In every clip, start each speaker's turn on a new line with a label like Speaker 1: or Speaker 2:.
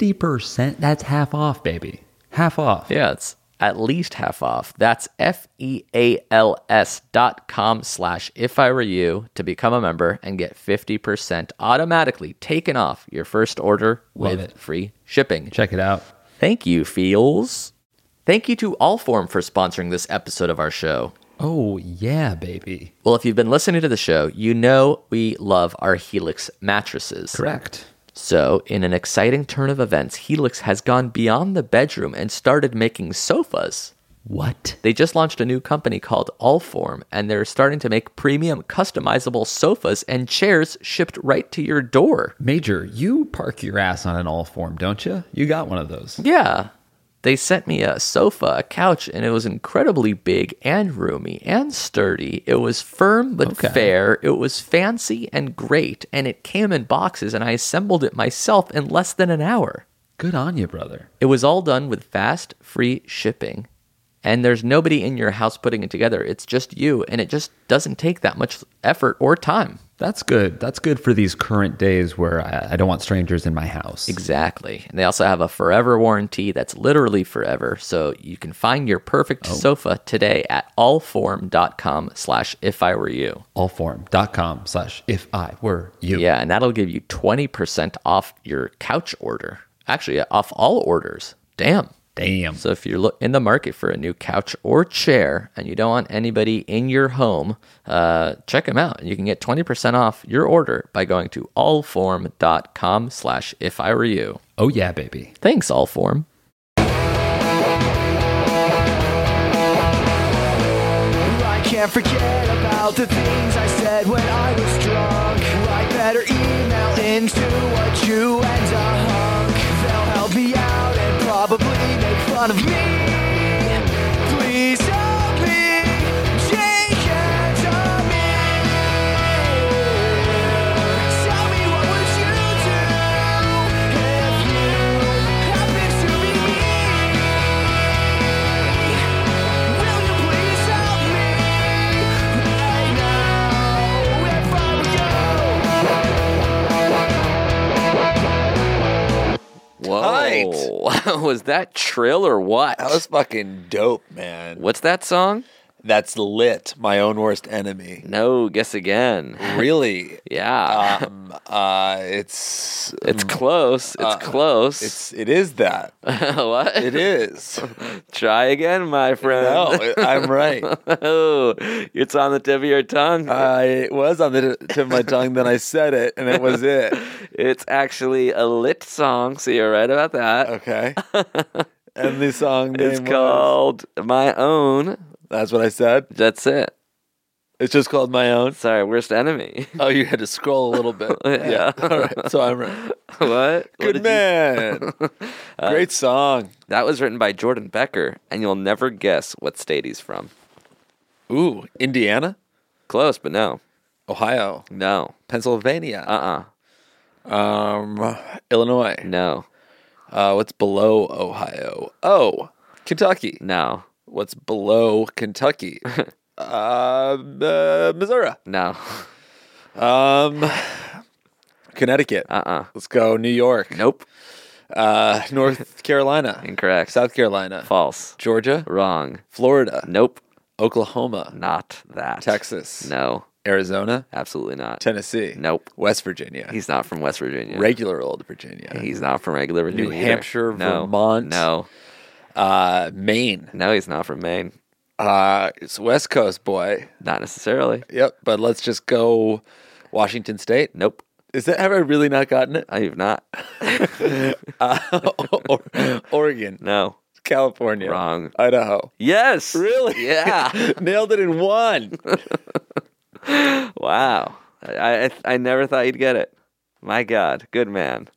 Speaker 1: 50%, that's half off, baby. Half off.
Speaker 2: Yeah, it's at least half off. That's F E A L S dot com slash if I were you to become a member and get 50% automatically taken off your first order
Speaker 1: Love
Speaker 2: with
Speaker 1: it.
Speaker 2: free shipping.
Speaker 1: Check it out.
Speaker 2: Thank you, Feels. Thank you to Allform for sponsoring this episode of our show.
Speaker 1: Oh, yeah, baby.
Speaker 2: Well, if you've been listening to the show, you know we love our Helix mattresses.
Speaker 1: Correct.
Speaker 2: So, in an exciting turn of events, Helix has gone beyond the bedroom and started making sofas.
Speaker 1: What?
Speaker 2: They just launched a new company called Allform, and they're starting to make premium customizable sofas and chairs shipped right to your door.
Speaker 1: Major, you park your ass on an all form, don't you? You got one of those.
Speaker 2: Yeah. They sent me a sofa, a couch, and it was incredibly big and roomy and sturdy. It was firm but
Speaker 1: Okay.
Speaker 2: fair. It was fancy and great, and it came in boxes, and I assembled it myself in less than an hour.
Speaker 1: Good on you, brother.
Speaker 2: It was all done with fast, free shipping. And there's nobody in your house putting it together. It's just you, and it just doesn't take that much effort or time.
Speaker 1: That's good. That's good for these current days where I, I don't want strangers in my house.
Speaker 2: Exactly. And they also have a forever warranty that's literally forever. So you can find your perfect sofa today at allform.com slash if I were you.
Speaker 1: Allform.com slash if I were you.
Speaker 2: Yeah, and that'll give you 20% off your couch order. Actually, uh, off all orders. Damn.
Speaker 1: Damn.
Speaker 2: So if you're lo- in the market for a new couch or chair and you don't want anybody in your home, uh, check them out. You can get 20% off your order by going to allform.com slash if I were you.
Speaker 1: Oh, yeah, baby.
Speaker 2: Thanks, Allform.
Speaker 3: I can't forget about the things I said when I was drunk. I better email into a Jew and a hunk. They'll help me out and probably make fun of me. Please help me, Jake and Amir. Tell me what would you do if you happened to be me? Will you please help me right now? If I were you.
Speaker 2: Whoa. was that trill or what?
Speaker 4: That was fucking dope, man.
Speaker 2: What's that song?
Speaker 4: That's lit. My own worst enemy.
Speaker 2: No, guess again.
Speaker 4: Really.
Speaker 2: Yeah.
Speaker 4: um. Uh. It's. mm, uh,
Speaker 2: it's close. It's close.
Speaker 4: It's. It is that.
Speaker 2: what?
Speaker 4: It is.
Speaker 2: Try again, my
Speaker 4: No,
Speaker 2: friend.
Speaker 4: it- I'm right.
Speaker 2: oh, it's on the tip of your tongue.
Speaker 4: I it was on the tip of my tongue. Then I said it, and it was it.
Speaker 2: It's actually a lit song, so you're right about that.
Speaker 4: Okay. And the song name
Speaker 2: It's
Speaker 4: was-
Speaker 2: called My Own.
Speaker 4: That's what I said.
Speaker 2: That's it.
Speaker 4: It's just called my own.
Speaker 2: Sorry, worst enemy.
Speaker 4: Oh, you had to scroll a little bit.
Speaker 2: Yeah.
Speaker 4: All right. So I'm right.
Speaker 2: what? What did
Speaker 4: Good
Speaker 2: you- Uh,
Speaker 4: man. Great song.
Speaker 2: That was written by Jordan Becker, and you'll never guess what state he's from.
Speaker 4: Ooh, Indiana,
Speaker 2: Close, but no.
Speaker 4: Ohio,
Speaker 2: No.
Speaker 4: Pennsylvania.
Speaker 2: Uh uh
Speaker 4: Um, Illinois.
Speaker 2: No.
Speaker 4: Uh, what's below Ohio? Oh, Kentucky.
Speaker 2: No.
Speaker 4: What's below Kentucky? uh, uh, Missouri.
Speaker 2: No.
Speaker 4: Um, Connecticut.
Speaker 2: Uh uh
Speaker 4: Let's go New York.
Speaker 2: Nope.
Speaker 4: Uh, North Carolina.
Speaker 2: Incorrect.
Speaker 4: South Carolina.
Speaker 2: False.
Speaker 4: Georgia.
Speaker 2: Wrong.
Speaker 4: Florida.
Speaker 2: Nope.
Speaker 4: Oklahoma.
Speaker 2: Not that.
Speaker 4: Texas.
Speaker 2: No.
Speaker 4: Arizona.
Speaker 2: Absolutely not.
Speaker 4: Tennessee.
Speaker 2: Nope.
Speaker 4: West Virginia.
Speaker 2: He's not from West Virginia.
Speaker 4: regular old Virginia.
Speaker 2: He's not from regular Virginia. either.
Speaker 4: Hampshire,
Speaker 2: No.
Speaker 4: Vermont.
Speaker 2: No.
Speaker 4: Uh, Maine.
Speaker 2: No, he's not from Maine.
Speaker 4: Uh, it's West Coast boy.
Speaker 2: Not necessarily.
Speaker 4: Yep. But let's just go Washington State.
Speaker 2: Nope.
Speaker 4: Is that have I really not gotten it?
Speaker 2: I have not.
Speaker 4: Uh, or- Oregon,
Speaker 2: No.
Speaker 4: California,
Speaker 2: Wrong.
Speaker 4: Idaho.
Speaker 2: Yes.
Speaker 4: Really?
Speaker 2: Yeah.
Speaker 4: Nailed it in one.
Speaker 2: wow. I, I I never thought you'd get it. My God. Good man.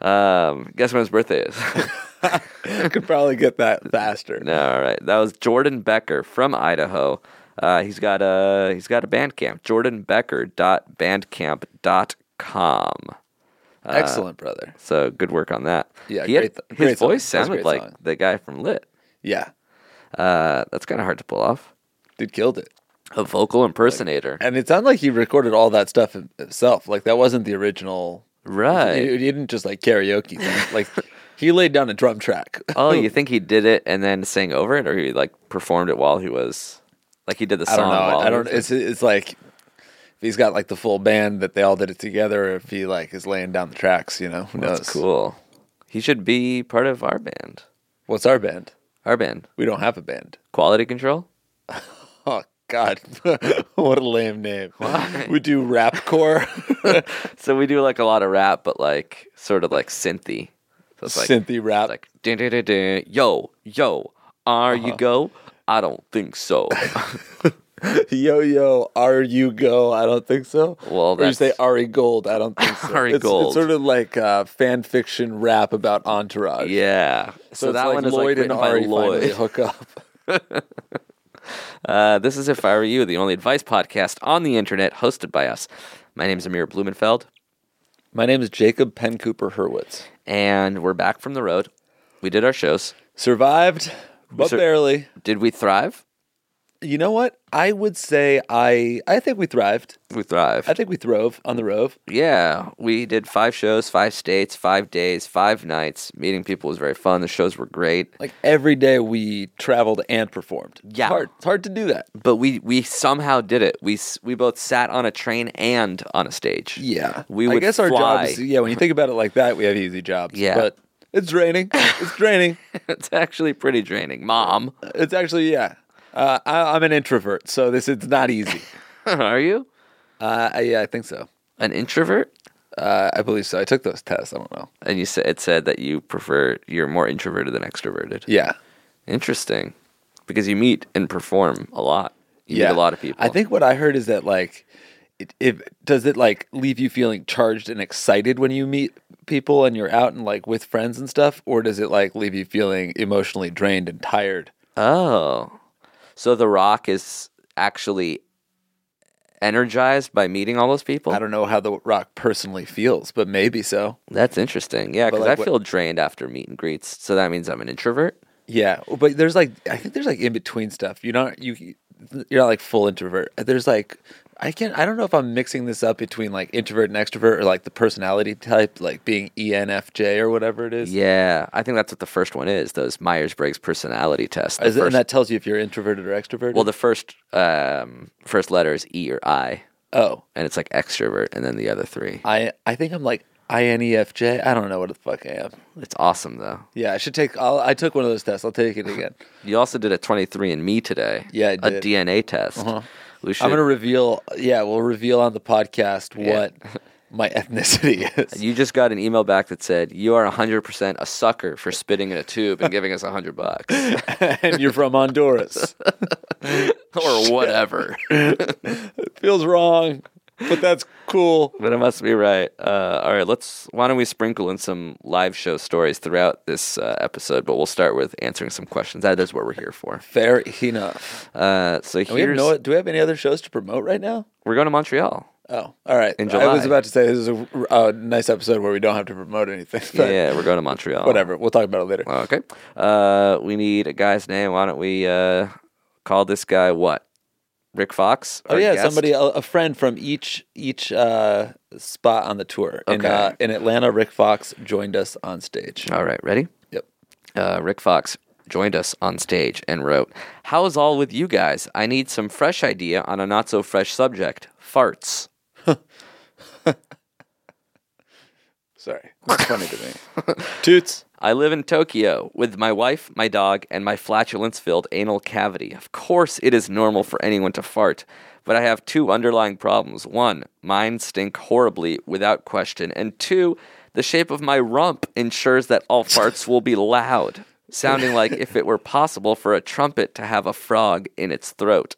Speaker 2: Um, guess when his birthday is.
Speaker 4: I could probably get that faster.
Speaker 2: No, all right. That was Jordan Becker from Idaho. Uh, he's got a he's got a Bandcamp. JordanBecker.bandcamp.com.
Speaker 4: Excellent, brother.
Speaker 2: So good work on that.
Speaker 4: Yeah,
Speaker 2: He had-
Speaker 4: great th-
Speaker 2: his
Speaker 4: great song.
Speaker 2: voice
Speaker 4: That's a
Speaker 2: sounded
Speaker 4: great
Speaker 2: like
Speaker 4: song.
Speaker 2: the guy from Lit.
Speaker 4: Yeah,
Speaker 2: Uh, that's kind of hard to pull off. eh,
Speaker 4: dude killed it.
Speaker 2: A vocal impersonator,
Speaker 4: And it sounded like he recorded all that stuff him- himself. Like that wasn't the original.
Speaker 2: right?
Speaker 4: He, he didn't just like karaoke. Thing. Like he laid down a drum track.
Speaker 2: oh, you think he did it and then sang over it, or he like performed it while he was like he did the
Speaker 4: I
Speaker 2: song?
Speaker 4: don't know.
Speaker 2: While
Speaker 4: I
Speaker 2: he
Speaker 4: don't.
Speaker 2: was-
Speaker 4: It's it's like if he's got like the full band that they all did it together. Or if he like is laying down the tracks, you know, who knows?
Speaker 2: that's cool. He should be part of our band.
Speaker 4: What's our band?
Speaker 2: Our band,
Speaker 4: We don't have a band.
Speaker 2: Quality Control.
Speaker 4: Oh God, what a lame name. We do rapcore,
Speaker 2: So we do like a lot of rap, but like sort of like synthy. So it's like
Speaker 4: synthy rap.
Speaker 2: like dun, dun, dun, dun, yo yo, are
Speaker 4: Uh-huh.
Speaker 2: you go? I don't think so.
Speaker 4: Yo yo, are you go? I don't think so.
Speaker 2: Well,
Speaker 4: or you say
Speaker 2: that's-
Speaker 4: Ari Gold? I don't think so.
Speaker 2: Ari
Speaker 4: it's,
Speaker 2: Gold.
Speaker 4: It's sort of like uh, fan fiction rap about Entourage.
Speaker 2: yeah. So,
Speaker 4: So, it's
Speaker 2: that
Speaker 4: like
Speaker 2: one is
Speaker 4: Lloyd
Speaker 2: like written
Speaker 4: and
Speaker 2: by
Speaker 4: Ari
Speaker 2: Lloyd.
Speaker 4: finally hook up.
Speaker 2: Uh, this is If I Were You, the only advice podcast on the internet hosted by us. My name's Amir Blumenfeld,
Speaker 4: My name is Jacob Penn Cooper Hurwitz.
Speaker 2: and we're back from the road. We did our shows.
Speaker 4: Survived, but
Speaker 2: sur-
Speaker 4: barely.
Speaker 2: Did we thrive?
Speaker 4: You know what? I would say I. I think we thrived.
Speaker 2: We thrived.
Speaker 4: I think we throve on the rove.
Speaker 2: Yeah, we did five shows, five states, five days, five nights. Meeting people was very fun. The shows were great.
Speaker 4: Like every day we traveled and performed. It's
Speaker 2: Yeah.
Speaker 4: hard. It's hard to do that.
Speaker 2: but we we somehow did it. We s- we both sat on a train and on a stage.
Speaker 4: Yeah,
Speaker 2: we would
Speaker 4: I guess our e
Speaker 2: fly.
Speaker 4: jobs. Yeah, when you think about it like that, we have easy jobs.
Speaker 2: Yeah.
Speaker 4: but it's draining. It's draining.
Speaker 2: it's actually pretty draining, Mom.
Speaker 4: it's actually yeah. Uh, I, I'm an introvert, so this it's not easy.
Speaker 2: Are you
Speaker 4: Uh, I- yeah, I think so.
Speaker 2: an introvert?
Speaker 4: Uh, I believe so. I took those tests. I don't know.
Speaker 2: And you said it said that you prefer you're more introverted than extroverted.
Speaker 4: Yeah,
Speaker 2: Interesting, because you meet and perform a lot. You
Speaker 4: yeah.
Speaker 2: meet a lot of people.
Speaker 4: I think what I heard is that like, it, it does it like leave you feeling charged and excited when you meet people and you're out and like with friends and stuff, or does it like leave you feeling emotionally drained and tired?
Speaker 2: Oh, so The Rock is actually energized by meeting all those people.
Speaker 4: I don't know how the rock personally feels, but maybe so.
Speaker 2: That's interesting. Yeah, because
Speaker 4: like,
Speaker 2: I
Speaker 4: what-
Speaker 2: feel drained after meet and greets. So that means I'm an introvert.
Speaker 4: Yeah, but there's like I think there's like in between stuff. You're not you you're not like full introvert. There's like I can't I don't know if I'm mixing this up between like introvert and extrovert or like the personality type, like being E ENFJ or whatever it is.
Speaker 2: Yeah, I think that's what the first one is. Those Myers Briggs personality tests. The
Speaker 4: Is it,
Speaker 2: first,
Speaker 4: and that tells you if you're introverted or extroverted.
Speaker 2: well, the first um, first letter is E or I,
Speaker 4: oh,
Speaker 2: and it's like extrovert, and then the other three.
Speaker 4: I I think I'm like INEFJ. I don't know what the fuck I am.
Speaker 2: It's awesome though.
Speaker 4: Yeah, I should take. I'll, I took one of those tests. I'll take it again.
Speaker 2: You also did a 23andMe today.
Speaker 4: Yeah, I
Speaker 2: a
Speaker 4: did. Uh-huh.
Speaker 2: DNA test. We should,
Speaker 4: I'm gonna reveal. Yeah, we'll reveal on the podcast
Speaker 2: Yeah.
Speaker 4: what my ethnicity is.
Speaker 2: you just got an email back that said you are 100% a sucker for spitting in a tube and giving us 100 bucks
Speaker 4: and you're from Honduras.
Speaker 2: or whatever.
Speaker 4: feels wrong, but that's cool.
Speaker 2: But I must be right. Uh, all right, let's. Why don't we sprinkle in some live show stories throughout this uh, episode? But we'll start with answering some questions. That is what we're here for.
Speaker 4: Fair enough.
Speaker 2: Uh, so here's
Speaker 4: And we have no, do we have any other shows to promote right now?
Speaker 2: we're going to Montreal.
Speaker 4: Oh, all right.
Speaker 2: In
Speaker 4: I was
Speaker 2: July.
Speaker 4: about to say this is a, a nice episode where we don't have to promote anything. but
Speaker 2: yeah, we're going to Montreal.
Speaker 4: Whatever. We'll talk about it later.
Speaker 2: Okay. Uh, we need a guy's name. Why don't we uh, call this guy what? Rick Fox.
Speaker 4: Oh
Speaker 2: our
Speaker 4: yeah,
Speaker 2: guest.
Speaker 4: somebody, a, a friend from each each uh, spot on the tour. In,
Speaker 2: Okay.
Speaker 4: uh, in Atlanta, Rick Fox joined us on stage.
Speaker 2: All right, ready?
Speaker 4: Yep.
Speaker 2: uh, Rick Fox joined us on stage and wrote, How's all with you guys? I need some fresh idea on a not so fresh subject farts.
Speaker 4: Sorry, it's funny to me. Toots.
Speaker 2: I live in Tokyo with my wife, my dog, and my flatulence filled anal cavity. Of course, it is normal for anyone to fart, but I have two underlying problems. One, mine stink horribly without question, and two, the shape of my rump ensures that all farts will be loud, sounding like if it were possible for a trumpet to have a frog in its throat.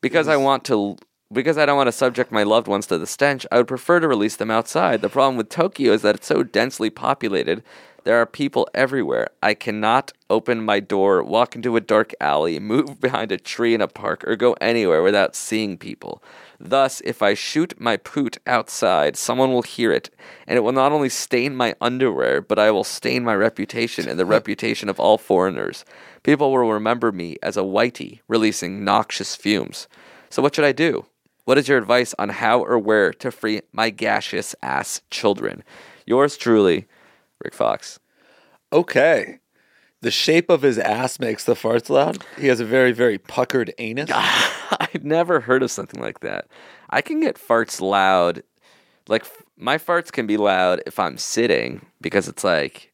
Speaker 2: Because I want to because I don't want to subject my loved ones to the stench, I would prefer to release them outside. The problem with Tokyo is that it's so densely populated. There are people everywhere. I cannot open my door, walk into a dark alley, move behind a tree in a park, or go anywhere without seeing people. Thus, if I shoot my poot outside, someone will hear it, and it will not only stain my underwear, but I will stain my reputation and the reputation of all foreigners. People will remember me as a whitey releasing noxious fumes. So, what should I do? What is your advice on how or where to free my gaseous ass children? Yours truly, Rick Fox.
Speaker 4: Okay. The shape of his ass makes the farts loud. He has a very, very puckered anus.
Speaker 2: I've never heard of something like that. I can get farts loud. Like f- my farts can be loud if I'm sitting because it's like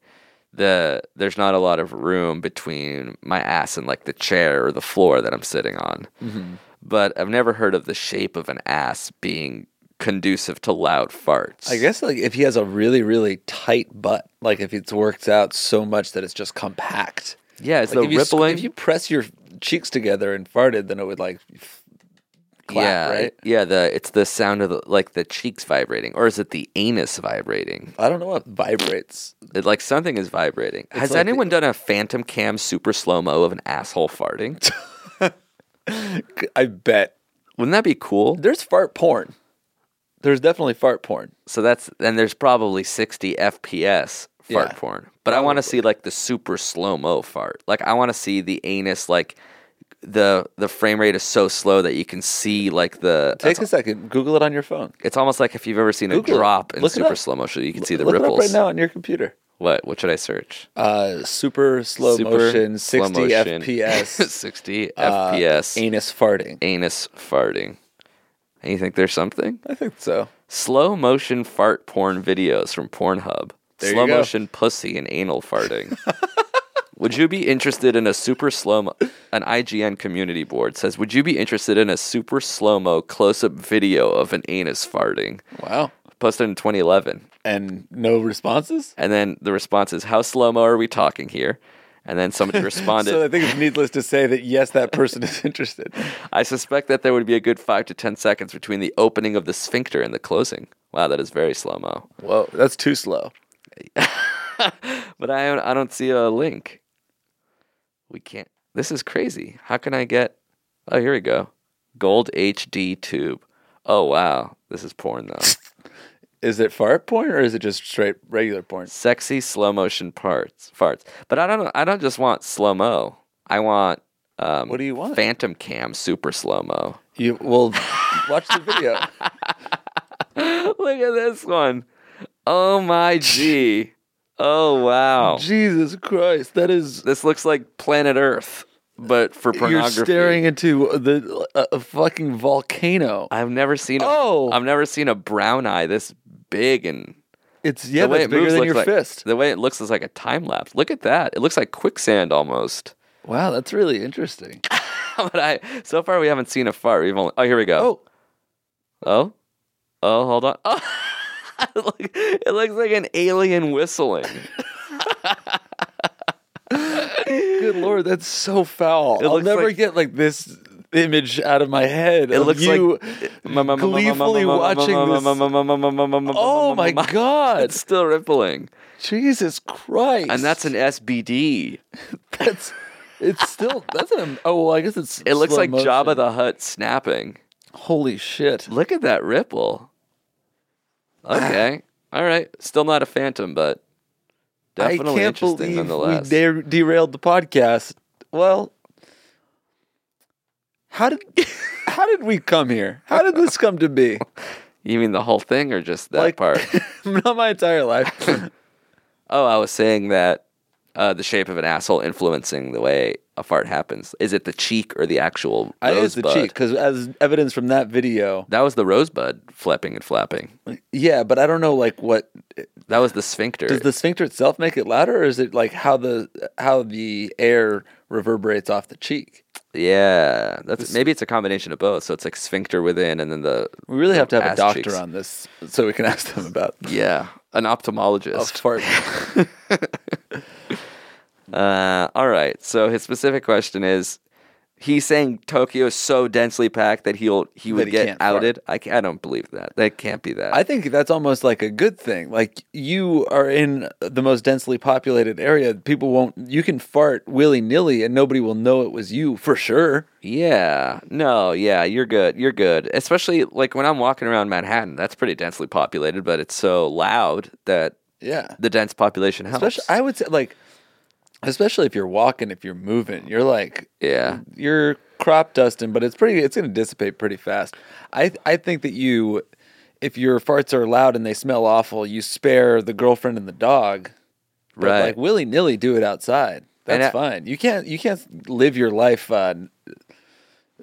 Speaker 2: the there's not a lot of room between my ass and like the chair or the floor that I'm sitting on.
Speaker 4: Mm-hmm.
Speaker 2: But I've never heard of the shape of an ass being conducive to loud farts.
Speaker 4: I guess like if he has a really, really tight butt, like if it's worked out so much that it's just compact.
Speaker 2: Yeah, it's
Speaker 4: Like,
Speaker 2: the
Speaker 4: if you squ-
Speaker 2: rippling.
Speaker 4: if you press your cheeks together and farted, then it would like f- clap,
Speaker 2: yeah,
Speaker 4: right?
Speaker 2: yeah. The it's the sound of the, like the cheeks vibrating, or is it the anus vibrating?
Speaker 4: I don't know what vibrates.
Speaker 2: It, like something is vibrating. Has
Speaker 4: like the-
Speaker 2: anyone done a phantom cam super slow mo of an asshole farting?
Speaker 4: I bet
Speaker 2: Wouldn't that be cool?
Speaker 4: there's fart porn. There's definitely fart porn.
Speaker 2: So that's and there's probably sixty FPS fart
Speaker 4: Yeah,
Speaker 2: porn, but I want to see like the super slow mo fart. Like I want to see the anus like the the frame rate is so slow that you can see like the
Speaker 4: Take a second, Google it on your phone.
Speaker 2: it's almost like if you've ever seen a
Speaker 4: Google it.
Speaker 2: drop in
Speaker 4: Look it
Speaker 2: super
Speaker 4: up.
Speaker 2: slow motion, you can see the
Speaker 4: Look it up
Speaker 2: ripples.
Speaker 4: right now on your computer.
Speaker 2: What? What should I search?
Speaker 4: Uh, super slow
Speaker 2: Super
Speaker 4: motion,
Speaker 2: slow
Speaker 4: sixty
Speaker 2: motion.
Speaker 4: FPS,
Speaker 2: 60
Speaker 4: uh,
Speaker 2: FPS.
Speaker 4: anus farting.
Speaker 2: anus farting. And you think there's something?
Speaker 4: I think so.
Speaker 2: Slow motion fart porn videos from Pornhub.
Speaker 4: There you
Speaker 2: slow
Speaker 4: go.
Speaker 2: motion pussy and anal farting. Would you be interested in a super slow mo? An IGN community board says, Would you be interested in a super slow mo close up video of an anus farting?
Speaker 4: Wow.
Speaker 2: Posted in 2011.
Speaker 4: And no responses?
Speaker 2: And then the response is, How slow mo are we talking here? And then somebody responded,
Speaker 4: So I think it's needless to say that yes, that person is interested.
Speaker 2: I suspect that there would be a good five to ten seconds between the opening of the sphincter and the closing. Wow, that is very slow mo.
Speaker 4: Whoa, that's too slow.
Speaker 2: But I don't, I don't see a link. We can't. This is crazy. How can I get? Oh, here we go. Gold HD tube. Oh wow, this is porn though.
Speaker 4: Is it fart porn or is it just straight regular porn?
Speaker 2: Sexy slow motion parts farts. But I don't. I don't just want slow mo. I want. Um,
Speaker 4: What do you want?
Speaker 2: Phantom cam super slow mo.
Speaker 4: You will watch the video.
Speaker 2: Look at this one. Oh my g. Oh wow.
Speaker 4: Jesus Christ, that is
Speaker 2: This looks like Planet Earth, but for
Speaker 4: you're
Speaker 2: pornography.
Speaker 4: staring into the a a fucking volcano.
Speaker 2: I've never seen. A,
Speaker 4: Oh!
Speaker 2: I've never seen a brown eye this big and
Speaker 4: It's yeah,
Speaker 2: the way
Speaker 4: that's
Speaker 2: it moves
Speaker 4: bigger than
Speaker 2: looks
Speaker 4: your
Speaker 2: like,
Speaker 4: fist.
Speaker 2: The way it looks is like a time lapse. Look at that. It looks like quicksand almost.
Speaker 4: Wow, that's really interesting.
Speaker 2: but I so far we haven't seen a fart. We've only. Oh, here we go.
Speaker 4: Oh,
Speaker 2: Oh, oh, hold on. Oh. It look- it looks like an alien whistling.
Speaker 4: good lord, that's so foul. I'll
Speaker 2: looks
Speaker 4: never
Speaker 2: like-
Speaker 4: get like this image out of my head.
Speaker 2: It
Speaker 4: of
Speaker 2: looks
Speaker 4: you
Speaker 2: like uh,
Speaker 4: gleefully watching this. Oh
Speaker 2: Oh
Speaker 4: my god.
Speaker 2: It's still rippling,
Speaker 4: Jesus Christ.
Speaker 2: and that's an SBD.
Speaker 4: that's it's still that's an oh well, I guess it's
Speaker 2: It looks
Speaker 4: slow
Speaker 2: like
Speaker 4: motion.
Speaker 2: Jabba the Hutt snapping.
Speaker 4: Holy shit.
Speaker 2: Look at that ripple.
Speaker 4: Ah.
Speaker 2: Okay. All right. Still not a phantom, but definitely
Speaker 4: I can't
Speaker 2: interesting
Speaker 4: believe
Speaker 2: nonetheless.
Speaker 4: we der- derailed the podcast. Well, How did how did we come here? How did this come to be?
Speaker 5: You mean the whole thing or just that
Speaker 4: Like-
Speaker 5: part?
Speaker 4: Not my entire life.
Speaker 5: Oh, I was saying that uh, the shape of an asshole influencing the way a fart happens. Is it the cheek or the actual
Speaker 4: I used the
Speaker 5: rosebud?
Speaker 4: cheek because, as evidence from that video,
Speaker 5: That was the rosebud flapping and flapping.
Speaker 4: yeah. But I don't know, like, what
Speaker 5: That was the sphincter.
Speaker 4: does the sphincter itself make it louder, or is it like how the how the air reverberates off the cheek?
Speaker 5: yeah, that's maybe it's a combination of both. So it's like sphincter within, and then the
Speaker 4: We really have to have a
Speaker 5: ass
Speaker 4: doctor
Speaker 5: cheeks.
Speaker 4: on this so we can ask them about
Speaker 5: Yeah, an
Speaker 4: a
Speaker 5: ophthalmologist.
Speaker 4: fart.
Speaker 5: Uh, all right. So his specific question is: He's saying Tokyo is so densely packed that he'll he would
Speaker 4: he
Speaker 5: get
Speaker 4: can't fart.
Speaker 5: outed. I, ca- I don't believe that. That can't be that.
Speaker 4: I think that's almost like a good thing. Like you are in the most densely populated area, people won't. You can fart willy nilly, and nobody will know it was you for sure.
Speaker 5: Yeah. No, yeah, you're good. You're good. Especially like when I'm walking around Manhattan, that's pretty densely populated, but it's so loud that
Speaker 4: Yeah,
Speaker 5: the dense population helps.
Speaker 4: especially I would say like, especially if you're walking, if you're moving, you're like
Speaker 5: yeah.
Speaker 4: you're crop dusting, but it's pretty. It's going to dissipate pretty fast. I I think that you, if your farts are loud and they smell awful, you spare the girlfriend and the dog. But,
Speaker 5: Right.
Speaker 4: Like willy nilly, do it outside.
Speaker 5: And
Speaker 4: That's
Speaker 5: I-
Speaker 4: fine. You can't you can't live your life uh,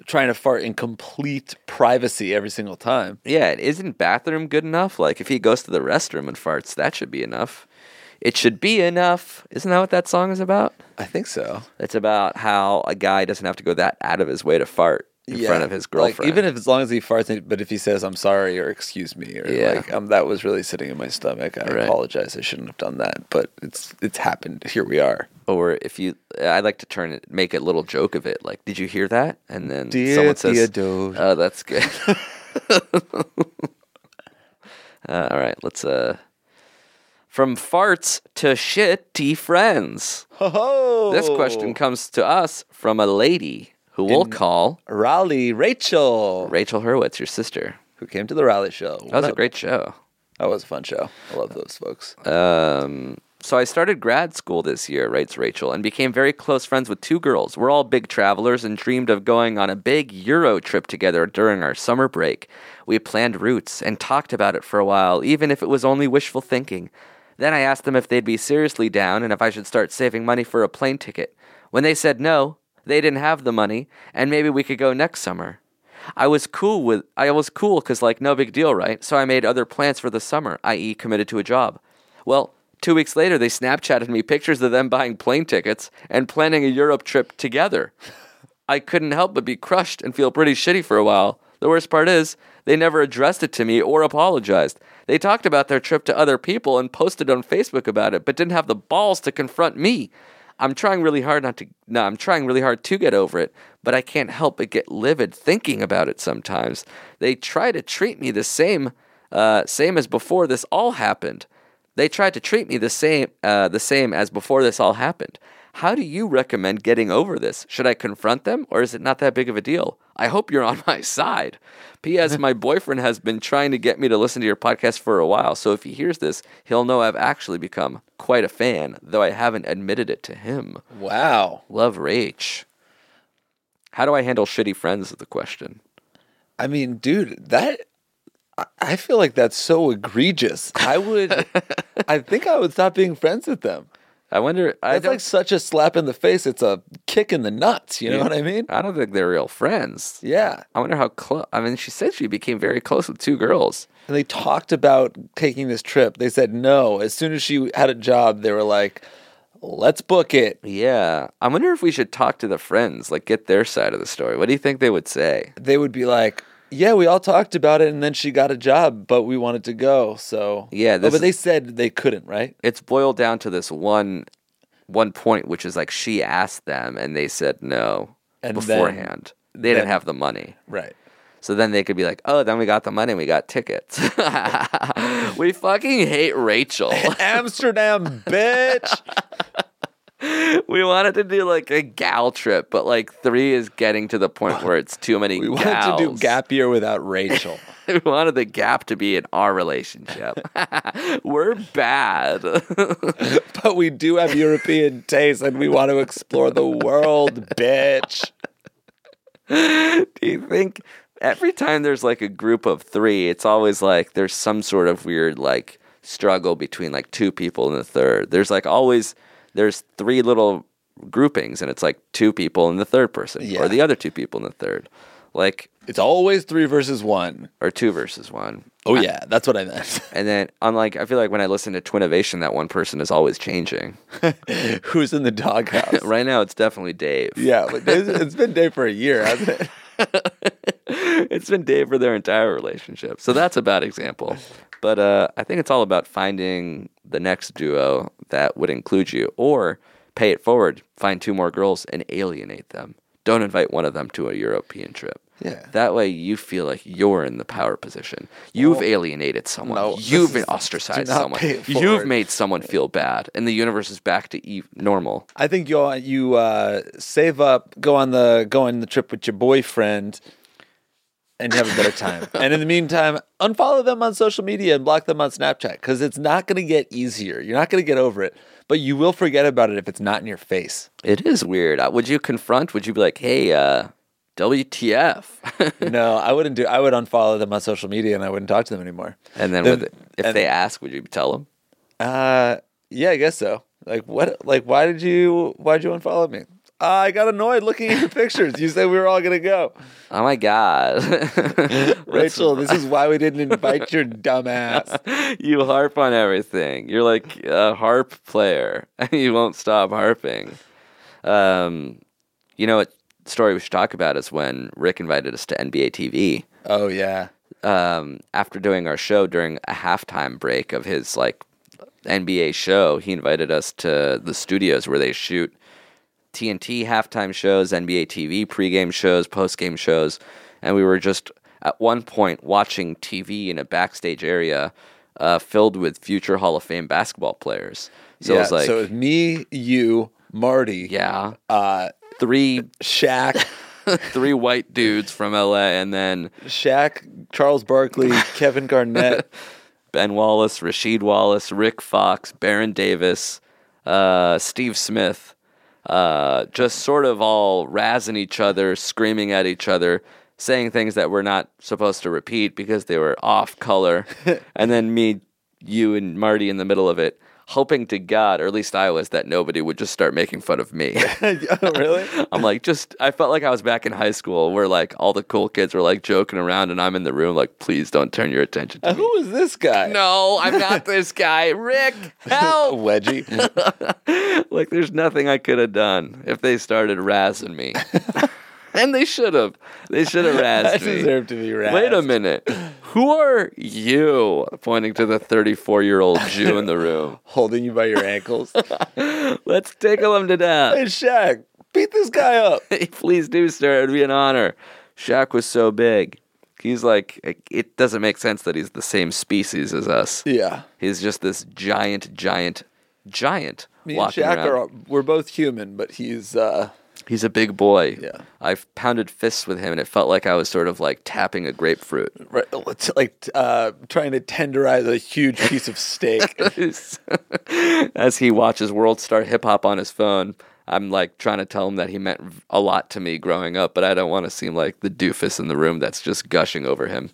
Speaker 4: trying to fart in complete privacy every single time.
Speaker 5: Yeah, it isn't bathroom good enough? Like if he goes to the restroom and farts, that should be enough. It should be enough. Isn't that what that song is about?
Speaker 4: I think so.
Speaker 5: It's about how a guy doesn't have to go that out of his way to fart in
Speaker 4: Yeah.
Speaker 5: front of his
Speaker 4: Like,
Speaker 5: girlfriend.
Speaker 4: even if as long as he farts, but if he says "I'm sorry" or "Excuse me" or
Speaker 5: Yeah.
Speaker 4: like um, "That was really sitting in my stomach," I
Speaker 5: Right.
Speaker 4: apologize. I shouldn't have done that, but it's it's happened. Here we are.
Speaker 5: or if you i like to turn it make a little joke of it like did you hear that and then
Speaker 4: Dear
Speaker 5: someone says
Speaker 4: Theodore.
Speaker 5: oh that's good uh, all right let's uh from farts to shitty friends
Speaker 4: Oh,
Speaker 5: this question comes to us from a lady who we'll call
Speaker 4: Raleigh Rachel,
Speaker 5: rachel hurwitz your sister
Speaker 4: who came to the Raleigh show.
Speaker 5: that was a great show
Speaker 4: That was a fun show. I love those folks.
Speaker 5: Um, so I started grad school this year, writes Rachel, and became very close friends with two girls. We're all big travelers and dreamed of going on a big Euro trip together during our summer break. We planned routes and talked about it for a while, even if it was only wishful thinking. Then I asked them if they'd be seriously down and if I should start saving money for a plane ticket. When they said no, they didn't have the money, and maybe we could go next summer. I was cool with I was cool cuz like no big deal, right? So I made other plans for the summer, i.e. committed to a job. Well, 2 weeks later they snapchatted me pictures of them buying plane tickets and planning a Europe trip together. I couldn't help but be crushed and feel pretty shitty for a while. The worst part is, they never addressed it to me or apologized. They talked about their trip to other people and posted on Facebook about it, but didn't have the balls to confront me. I'm trying really hard not to no, I'm trying really hard to get over it, but I can't help but get livid thinking about it sometimes. They try to treat me the same uh, same as before this all happened. They tried to treat me the same uh, the same as before this all happened. How do you recommend getting over this? Should I confront them or is it not that big of a deal? I hope you're on my side. P.S. My boyfriend has been trying to get me to listen to your podcast for a while, so if he hears this, he'll know I've actually become quite a fan, though I haven't admitted it to him.
Speaker 4: Wow.
Speaker 5: Love Rach. How do I handle shitty friends? Is the question.
Speaker 4: I mean, dude, that I- I feel like that's so egregious. I would, I think I would stop being friends with them.
Speaker 5: I wonder. I
Speaker 4: That's
Speaker 5: don't,
Speaker 4: like such a slap in the face. It's a kick in the nuts. You know what I mean?
Speaker 5: I don't think they're real friends.
Speaker 4: Yeah.
Speaker 5: I wonder how close. I mean, she said she became very close with two girls.
Speaker 4: And they talked about taking this trip. They said no. As soon as she had a job, they were like, let's book it.
Speaker 5: Yeah. I wonder if we should talk to the friends, like get their side of the story. What do you think they would say?
Speaker 4: They would be like, yeah, we all talked about it. And then she got a job, but we wanted to go. So,
Speaker 5: Yeah,
Speaker 4: Oh,
Speaker 5: this
Speaker 4: but
Speaker 5: is-
Speaker 4: they said they couldn't, right?
Speaker 5: It's boiled down to this one, one point, which is like she asked them and they said no
Speaker 4: And then-
Speaker 5: beforehand. they didn't
Speaker 4: then-
Speaker 5: have the money.
Speaker 4: Right.
Speaker 5: So then they could be like, oh, then we got the money and we got tickets. we fucking hate Rachel.
Speaker 4: Amsterdam, bitch.
Speaker 5: we wanted to do like a gal trip, but like three is getting to the point where it's too many
Speaker 4: We
Speaker 5: gals.
Speaker 4: wanted to do gap year without Rachel.
Speaker 5: we wanted the gap to be in our relationship. We're bad.
Speaker 4: but we do have European taste and we want to explore the world, bitch.
Speaker 5: Do you think every time there's like a group of three, it's always like there's some sort of weird like struggle between like two people and the third. There's like always there's three little groupings, and it's like two people and the third person,
Speaker 4: Yeah.
Speaker 5: or the other two people and the third, like
Speaker 4: It's always three versus one.
Speaker 5: or two versus one.
Speaker 4: Oh yeah, that's what I meant.
Speaker 5: And then I'm like, I feel like when I listen to Twinovation, that one person is always changing.
Speaker 4: Who's in the doghouse?
Speaker 5: right now, it's definitely Dave.
Speaker 4: Yeah, but it's, it's been day for a year, hasn't it?
Speaker 5: it's been Dave for their entire relationship. So that's a bad example. But uh, I think it's all about finding the next duo that would include you or pay it forward, find two more girls and alienate them. Don't invite one of them to a European trip.
Speaker 4: Yeah.
Speaker 5: That way you feel like you're in the power position. You've alienated someone.
Speaker 4: no,
Speaker 5: You've
Speaker 4: this is-
Speaker 5: been
Speaker 4: do
Speaker 5: ostracized
Speaker 4: not
Speaker 5: someone.
Speaker 4: pay it
Speaker 5: You've
Speaker 4: forward.
Speaker 5: made someone feel bad and the universe is back to e- normal.
Speaker 4: I think you all- you uh, save up, go on the go on the trip with your boyfriend, and have a better time. and in the meantime, unfollow them on social media and block them on Snapchat because it's not going to get easier. You're not going to get over it, but you will forget about it if it's not in your face.
Speaker 5: It is weird. Uh, Would you confront? Would you be like, "Hey, uh, WTF?"
Speaker 4: no, I wouldn't do. I would unfollow them on social media and I wouldn't talk to them anymore.
Speaker 5: And then,
Speaker 4: Then-
Speaker 5: with, if
Speaker 4: and-
Speaker 5: they ask, would you tell them?
Speaker 4: Uh, yeah, I guess so. Like what? Like why did you why did you unfollow me? Uh, I got annoyed looking at your pictures. You said we were all gonna go.
Speaker 5: Oh my god, That's-
Speaker 4: Rachel, this is why we didn't invite your dumb ass.
Speaker 5: you harp on everything. You're like a harp player, and you won't stop harping. Um, you know what story we should talk about is when Rick invited us to NBA TV.
Speaker 4: Oh yeah.
Speaker 5: um, after doing our show during a halftime break of his like NBA show, he invited us to the studios where they shoot TNT halftime shows, NBA TV pregame shows, postgame shows, and we were just at one point watching TV in a backstage area uh, filled with future Hall of Fame basketball players. So
Speaker 4: yeah.
Speaker 5: it was like,
Speaker 4: so it was me, you, Marty,
Speaker 5: yeah,
Speaker 4: uh,
Speaker 5: three
Speaker 4: Shaq,
Speaker 5: three white dudes from LA, and then
Speaker 4: Shaq, Charles Barkley, Kevin Garnett.
Speaker 5: Ben Wallace, Rasheed Wallace, Rick Fox, Baron Davis, uh, Steve Smith, uh, just sort of all razzing each other, screaming at each other, saying things that we're not supposed to repeat because they were off color. and then me, you, and Marty in the middle of it, hoping to God, or at least I was, that nobody would just start making fun of me.
Speaker 4: oh, really?
Speaker 5: I'm like, just, I felt like I was back in high school where like all the cool kids were like joking around and I'm in the room like, please don't turn your attention to me.
Speaker 4: Who is this guy?
Speaker 5: No, I'm not this guy. Rick,
Speaker 4: A
Speaker 5: help.
Speaker 4: wedgie.
Speaker 5: like, there's nothing I could have done if they started razzing me. and they should have. They should have
Speaker 4: I
Speaker 5: razzed me.
Speaker 4: deserve to be razzed.
Speaker 5: Wait a minute. Who are you? Pointing to the 34 year old Jew in the room.
Speaker 4: Holding you by your ankles.
Speaker 5: Let's tickle him to
Speaker 4: hey
Speaker 5: death.
Speaker 4: Shaq, beat this guy up.
Speaker 5: Please do, sir. It'd be an honor. Shaq was so big. He's like, it doesn't make sense that he's the same species as us.
Speaker 4: Yeah.
Speaker 5: He's just this giant, giant, giant
Speaker 4: Me and
Speaker 5: walking
Speaker 4: Shaq
Speaker 5: around.
Speaker 4: are we're both human, but he's uh
Speaker 5: He's a big boy.
Speaker 4: Yeah.
Speaker 5: I've pounded fists with him, and it felt like I was sort of like tapping a grapefruit.
Speaker 4: right, it's like uh trying to tenderize a huge piece of steak.
Speaker 5: As he watches World Star Hip Hop on his phone, I'm like trying to tell him that he meant a lot to me growing up, but I don't want to seem like the doofus in the room that's just gushing over him.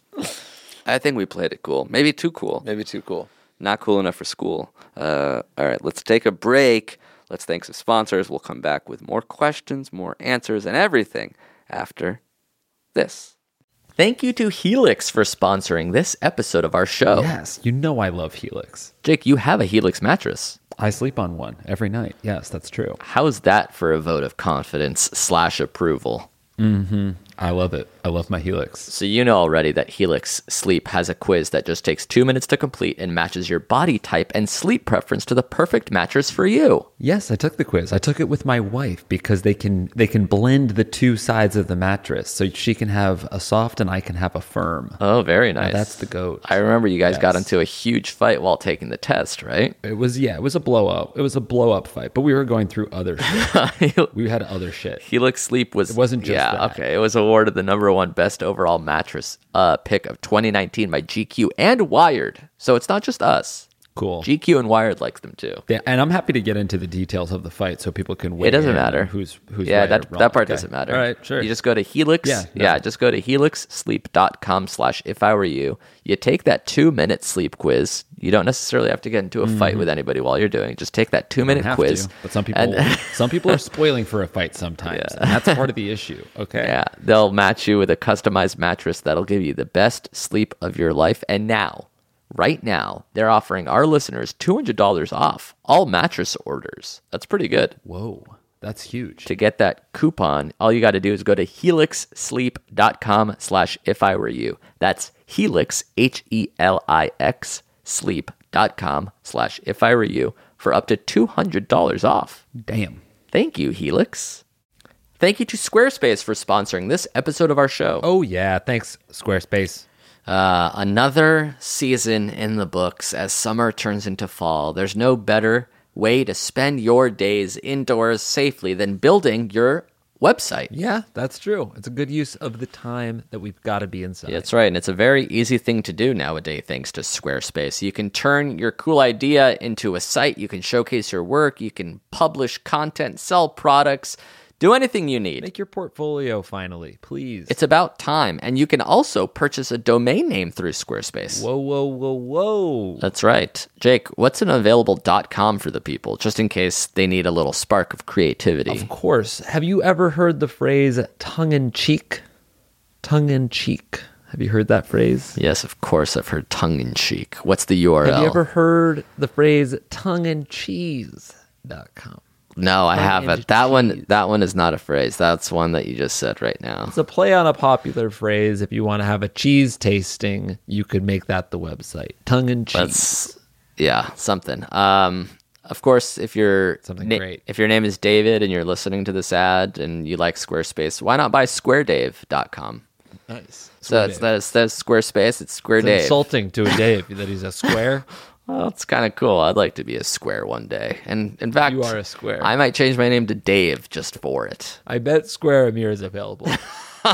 Speaker 5: I think we played it cool. Maybe too cool.
Speaker 4: Maybe too cool.
Speaker 5: not cool enough for school. Uh, all right, let's take a break. Let's thank some sponsors. We'll come back with more questions, more answers, and everything after this.
Speaker 2: Thank you to Helix for sponsoring this episode of our show.
Speaker 1: Yes, you know I love Helix.
Speaker 2: Jake, you have a Helix mattress.
Speaker 1: I sleep on one every night. Yes, that's true.
Speaker 2: How's that for a vote of confidence slash approval?
Speaker 1: I love it. I love my Helix.
Speaker 2: So you know already that Helix Sleep has a quiz that just takes two minutes to complete and matches your body type and sleep preference to the perfect mattress for you.
Speaker 1: Yes, I took the quiz. I took it with my wife because they can they can blend the two sides of the mattress, so she can have a soft and I can have a firm.
Speaker 2: Oh, very nice.
Speaker 1: that's the goat.
Speaker 2: I remember you guys got
Speaker 1: Yes.
Speaker 2: into a huge fight while taking the test, right?
Speaker 1: It was yeah, it was a blow up. It was a blow up fight, but we were going through other. shit. we had other shit.
Speaker 2: Helix Sleep was
Speaker 1: It wasn't just
Speaker 2: yeah
Speaker 1: that.
Speaker 2: okay it was awarded the number one best overall mattress uh, pick of 2019 by GQ and Wired so it's not just us
Speaker 1: Cool.
Speaker 2: GQ and Wired likes them too.
Speaker 1: Yeah, and I'm happy to get into the details of the fight so people can wait.
Speaker 2: It doesn't matter
Speaker 1: who's who's
Speaker 2: yeah
Speaker 1: right
Speaker 2: that
Speaker 1: or wrong.
Speaker 2: that part
Speaker 1: Okay.
Speaker 2: doesn't matter.
Speaker 1: All right, sure.
Speaker 2: You just go to Helix.
Speaker 1: Yeah,
Speaker 2: yeah.
Speaker 1: no.
Speaker 2: Just go to helixsleep.com slash if I were you. You take that two minute sleep quiz. You don't necessarily have to get into a fight with anybody while you're doing. it. Just take that two
Speaker 1: Mm-hmm. You
Speaker 2: minute
Speaker 1: have
Speaker 2: quiz.
Speaker 1: to, but some people
Speaker 2: and-
Speaker 1: some people are spoiling for a fight sometimes, and that's part of the issue. Okay.
Speaker 2: Yeah, they'll match you with a customized mattress that'll give you the best sleep of your life. And now, right now, they're offering our listeners $200 off all mattress orders. That's pretty good.
Speaker 1: Whoa, that's huge.
Speaker 2: To get that coupon, all you got to do is go to helixsleep.com slash if I were you. That's helix, H E L I X, sleep.com slash if I were you for up to $200 off.
Speaker 1: Damn.
Speaker 2: Thank you, Helix. Thank you to Squarespace for sponsoring this episode of our show.
Speaker 1: Oh yeah, thanks Squarespace.
Speaker 2: Uh, another season in the books as summer turns into fall. There's no better way to spend your days indoors safely than building your website.
Speaker 1: Yeah, that's true. It's a good use of the time that we've got to be inside.
Speaker 2: That's right. And it's a very easy thing to do nowadays, thanks to Squarespace. You can turn your cool idea into a site, you can showcase your work, you can publish content, sell products, do anything you need.
Speaker 1: Make your portfolio finally, please.
Speaker 2: It's about time. And you can also purchase a domain name through Squarespace.
Speaker 1: whoa, whoa, whoa, whoa.
Speaker 2: That's right. Jake, what's an available.com for the people, just in case they need a little spark of creativity?
Speaker 1: Of course. Have you ever heard the phrase tongue in cheek? Tongue in cheek. Have you heard that phrase?
Speaker 2: yes, of course. I've heard tongue in cheek. What's the URL?
Speaker 1: Have you ever heard the phrase tongue in cheese.com?
Speaker 2: no, I
Speaker 1: tongue in
Speaker 2: haven't. That one
Speaker 1: cheese?
Speaker 2: that one is not a phrase. That's one that you just said right now.
Speaker 1: It's a play on a popular phrase. If you want to have a cheese tasting, you could make that the website. Tongue in cheek.
Speaker 2: That's yeah, something. Um of course, if you
Speaker 1: Something great.
Speaker 2: if your name is David and you're listening to this ad and you like Squarespace, why not buy squaredave.com?
Speaker 1: nice.
Speaker 2: So that's, that's that's Squarespace, it's Square
Speaker 1: It's
Speaker 2: Dave.
Speaker 1: insulting to a Dave that he's a square.
Speaker 2: Well, it's kind of cool. I'd like to be a square one day. And in fact,
Speaker 1: You are a square.
Speaker 2: I might change my name to Dave just for it.
Speaker 1: I bet Square Amir is available.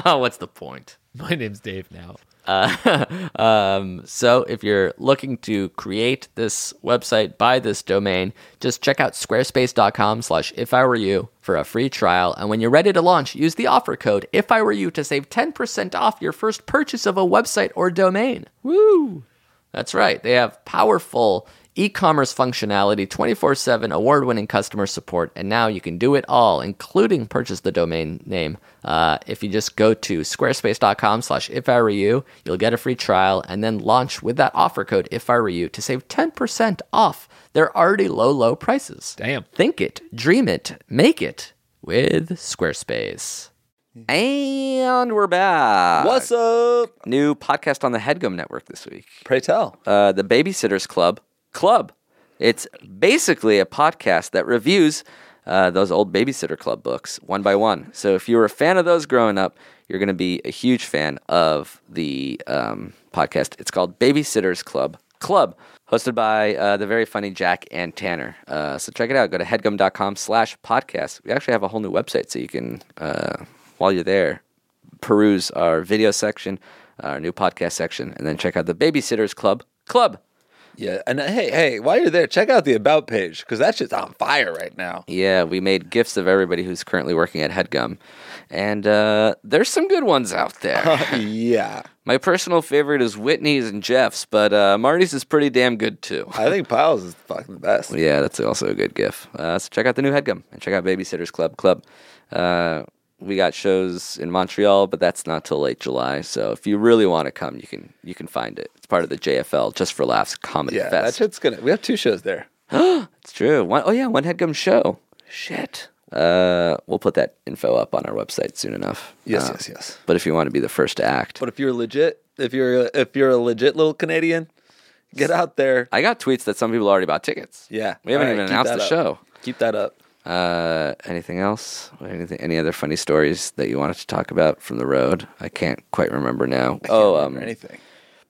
Speaker 2: What's the point?
Speaker 1: My name's Dave now.
Speaker 2: So, if you're looking to create this website, buy this domain, just check out squarespace.com slash if I were you for a free trial. And when you're ready to launch, use the offer code if I were you to save 10% off your first purchase of a website or domain.
Speaker 1: Woo!
Speaker 2: That's right. They have powerful e commerce functionality, 24 7 award winning customer support, and now you can do it all, including purchase the domain name. Uh, if you just go to squarespace.com slash if I were you, you'll get a free trial and then launch with that offer code if I were you to save 10% off their already low, low prices.
Speaker 1: Damn.
Speaker 2: Think it, dream it, make it with Squarespace.
Speaker 5: And we're back.
Speaker 4: What's up?
Speaker 5: New podcast on the Headgum Network this week.
Speaker 4: Pray tell.
Speaker 5: uh, the Babysitters Club Club. It's basically a podcast that reviews uh, those old Babysitter Club books one by one. So if you were a fan of those growing up, you're going to be a huge fan of the um, podcast. It's called Babysitters Club Club, hosted by uh, the very funny Jack and Tanner. Uh, so check it out. Go to headgum.com slash podcast. We actually have a whole new website so you can, uh, while you're there, peruse our video section, our new podcast section, and then check out the Babysitters Club Club.
Speaker 4: Yeah, and uh, hey, hey, while you're there, check out the about page because that shit's on fire right now.
Speaker 5: Yeah, we made gifts of everybody who's currently working at Headgum, and uh, there's some good ones out there.
Speaker 4: yeah,
Speaker 5: My personal favorite is Whitney's and Jeff's, but uh, Marty's is pretty damn good too.
Speaker 4: I think Piles is fucking the best.
Speaker 5: Yeah, that's also a good GIF. Uh, so check out the new Headgum and check out Babysitters Club Club. Uh, we got shows in Montreal, but that's not till late July. So if you really want to come, you can you can find it. It's part of the JFL Just for Laughs Comedy
Speaker 4: Yeah, that
Speaker 5: Fest.
Speaker 4: shit's gonna. We have two shows there.
Speaker 5: It's true. One, oh yeah, one headgum show. Shit. Uh, we'll put that info up on our website soon enough.
Speaker 4: Yes,
Speaker 5: Uh,
Speaker 4: yes, yes.
Speaker 5: But if you want to be the first to act,
Speaker 4: But if you're legit, if you're if you're a legit little Canadian, get out there.
Speaker 5: I got tweets that some people already bought tickets.
Speaker 4: Yeah,
Speaker 5: we haven't
Speaker 4: All right,
Speaker 5: even
Speaker 4: keep
Speaker 5: announced
Speaker 4: that
Speaker 5: the
Speaker 4: up.
Speaker 5: show.
Speaker 4: Keep that up.
Speaker 5: Uh, anything else? Anything? Any other funny stories that you wanted to talk about from the road? I can't quite remember now. oh, um,
Speaker 4: or anything.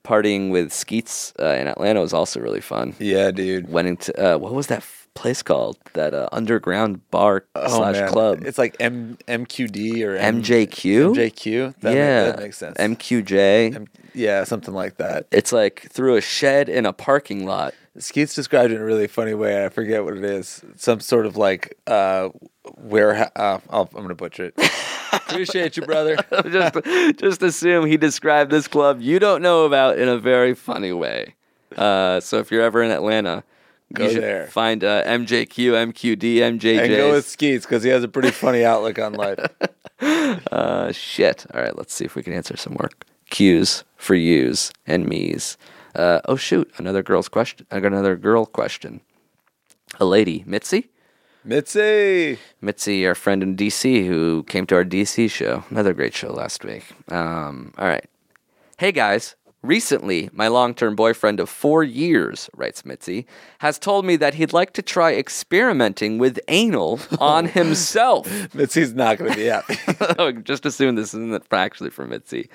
Speaker 5: partying with Skeets uh, in Atlanta was also really fun.
Speaker 4: Yeah, dude.
Speaker 5: Went into uh, what was that f- place called? That uh, underground bar
Speaker 4: Oh,
Speaker 5: slash
Speaker 4: man.
Speaker 5: club.
Speaker 4: It's like M MQD or M-
Speaker 5: MJQ?
Speaker 4: MJQ. That yeah,
Speaker 5: yeah,
Speaker 4: that makes sense.
Speaker 5: MQJ.
Speaker 4: M- yeah, something like that.
Speaker 5: it's like through a shed in a parking lot.
Speaker 4: Skeets described it in a really funny way. and I forget what it is. Some sort of like uh, warehouse. Uh, I'll- I'm gonna butcher it. Appreciate you, brother.
Speaker 5: just, just assume he described this club you don't know about in a very funny way. Uh, so if you're ever in Atlanta,
Speaker 4: Go
Speaker 5: you should
Speaker 4: there.
Speaker 5: find uh, MJQ, MQD,
Speaker 4: And go with
Speaker 5: MJJ.
Speaker 4: Skeets because he has a pretty funny outlook on life.
Speaker 5: Uh, shit. All right, let's see if we can answer some more Q's for yous and me's. Uh, oh shoot, another girl's question. Another girl question. A lady, Mitzi.
Speaker 4: Mitzi.
Speaker 5: Mitzi, our friend in DC, who came to our DC show. Another great show last week. Um, all right. Hey guys, recently my long term boyfriend of four years, writes Mitzi, has told me that he'd like to try experimenting with anal on himself.
Speaker 4: Mitzi's not gonna be happy.
Speaker 5: Just assume this isn't actually for Mitzi.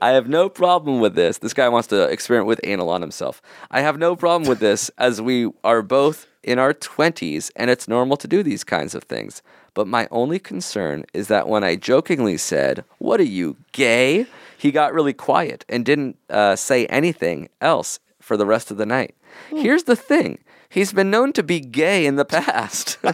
Speaker 5: I have no problem with this. This guy wants to experiment with anal on himself. I have no problem with this as we are both in our 20s and it's normal to do these kinds of things. But my only concern is that when I jokingly said, What are you, gay? he got really quiet and didn't uh, say anything else for the rest of the night. Here's the thing he's been known to be gay in the past.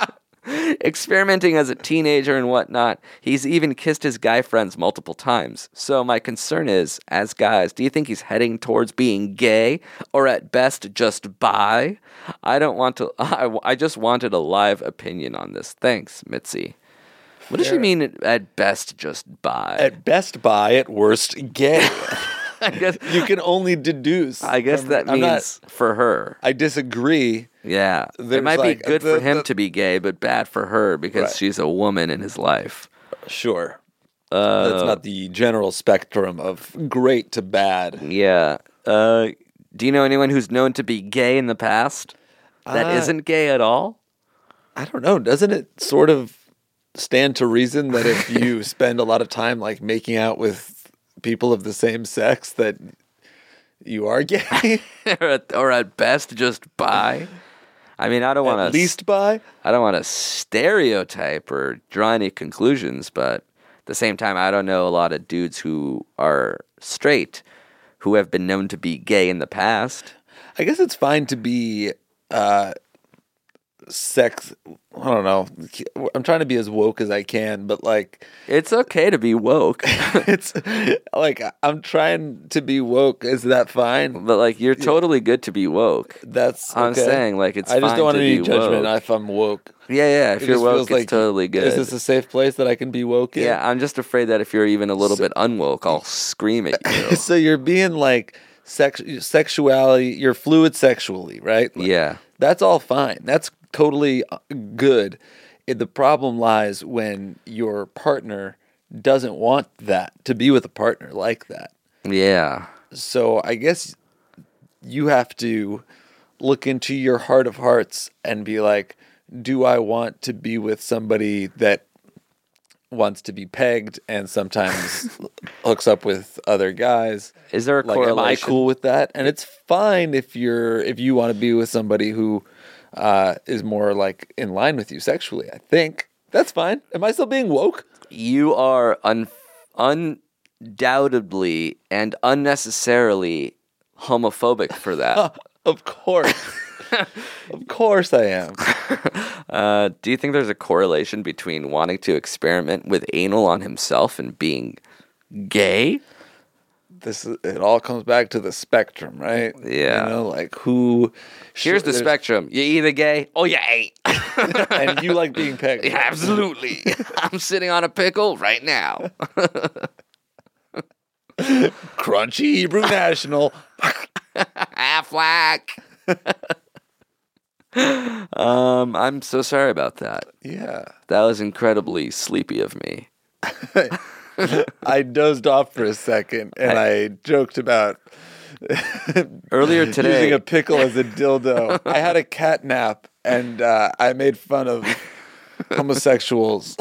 Speaker 5: Experimenting as a teenager and whatnot, he's even kissed his guy friends multiple times. So, my concern is as guys, do you think he's heading towards being gay or at best just bi? I don't want to, I, I just wanted a live opinion on this. Thanks, Mitzi. What does she mean at- at best just bi?
Speaker 4: at best buy, at worst gay.
Speaker 5: I guess,
Speaker 4: you can only deduce.
Speaker 5: I guess
Speaker 4: from-
Speaker 5: that
Speaker 4: I'm
Speaker 5: means
Speaker 4: not-
Speaker 5: for her.
Speaker 4: I disagree.
Speaker 5: Yeah. It
Speaker 4: There's
Speaker 5: might
Speaker 4: like
Speaker 5: be good
Speaker 4: the-
Speaker 5: for him
Speaker 4: the-
Speaker 5: to be gay, but bad for her because
Speaker 4: Right.
Speaker 5: she's a woman in his life.
Speaker 4: Sure. That's
Speaker 5: Uh,
Speaker 4: not the general spectrum of great to bad.
Speaker 5: Yeah. Uh, do you know anyone who's known to be gay in the past that
Speaker 4: Uh,
Speaker 5: not gay at all?
Speaker 4: I don't know. Doesn't it sort of stand to reason that if you spend a lot of time like making out with people of the same sex, that you are gay?
Speaker 5: or, at, or at best, just bi? I mean, I don't want to.
Speaker 4: At least by
Speaker 5: I don't want to stereotype or draw any conclusions, but at the same time, I don't know a lot of dudes who are straight who have been known to be gay in the past.
Speaker 4: I guess it's fine to be uh, sex. I don't know. I'm trying to be as woke as I can, but like
Speaker 5: It's okay to be woke,
Speaker 4: it's like I'm trying to be woke. Is that fine?
Speaker 5: but like you're totally good to be woke.
Speaker 4: That's
Speaker 5: I'm
Speaker 4: okay.
Speaker 5: saying, like, it's
Speaker 4: I just
Speaker 5: fine
Speaker 4: don't want
Speaker 5: to
Speaker 4: any
Speaker 5: be
Speaker 4: judgment
Speaker 5: woke.
Speaker 4: if I'm woke.
Speaker 5: Yeah, yeah. If
Speaker 4: It
Speaker 5: you're
Speaker 4: just
Speaker 5: woke,
Speaker 4: feels
Speaker 5: it's
Speaker 4: like,
Speaker 5: totally good.
Speaker 4: Is this a safe place that I can be woke? in?
Speaker 5: Yeah, I'm just afraid that if you're even a little bit unwoke, I'll scream at you.
Speaker 4: so you're being like sex sexuality. You're fluid sexually, right? Like,
Speaker 5: Yeah.
Speaker 4: That's all fine. That's totally uh, good. It- the problem lies when your partner doesn't want that to be with a partner like that.
Speaker 5: yeah.
Speaker 4: So I guess you have to look into your heart of hearts and be like, do I want to be with somebody that wants to be pegged and sometimes hooks up with other guys?
Speaker 5: Is there a
Speaker 4: like, am
Speaker 5: correlation?
Speaker 4: I cool with that? And it's fine if you're if you want to be with somebody who uh, is more like in line with you sexually. I think that's fine. Am I still being woke?
Speaker 5: You are un- undoubtedly and unnecessarily homophobic for that.
Speaker 4: Of course, of course I am.
Speaker 5: uh, do you think there's a correlation between wanting to experiment with anal on himself and being gay?
Speaker 4: this is- it all comes back to the spectrum, right?
Speaker 5: Yeah.
Speaker 4: You know, like who sure,
Speaker 5: Here's the
Speaker 4: there's-
Speaker 5: spectrum. You're either gay or you ain't.
Speaker 4: and you like being pegged.
Speaker 5: Yeah, absolutely. I'm sitting on a pickle right now.
Speaker 4: Crunchy Hebrew National.
Speaker 5: Ah, Affleck. um, I'm so sorry about that.
Speaker 4: Yeah.
Speaker 5: That was incredibly sleepy of me.
Speaker 4: I dozed off for a second and I joked about
Speaker 5: Earlier today,
Speaker 4: using a pickle as a dildo. I had a cat nap and uh, I made fun of homosexuals.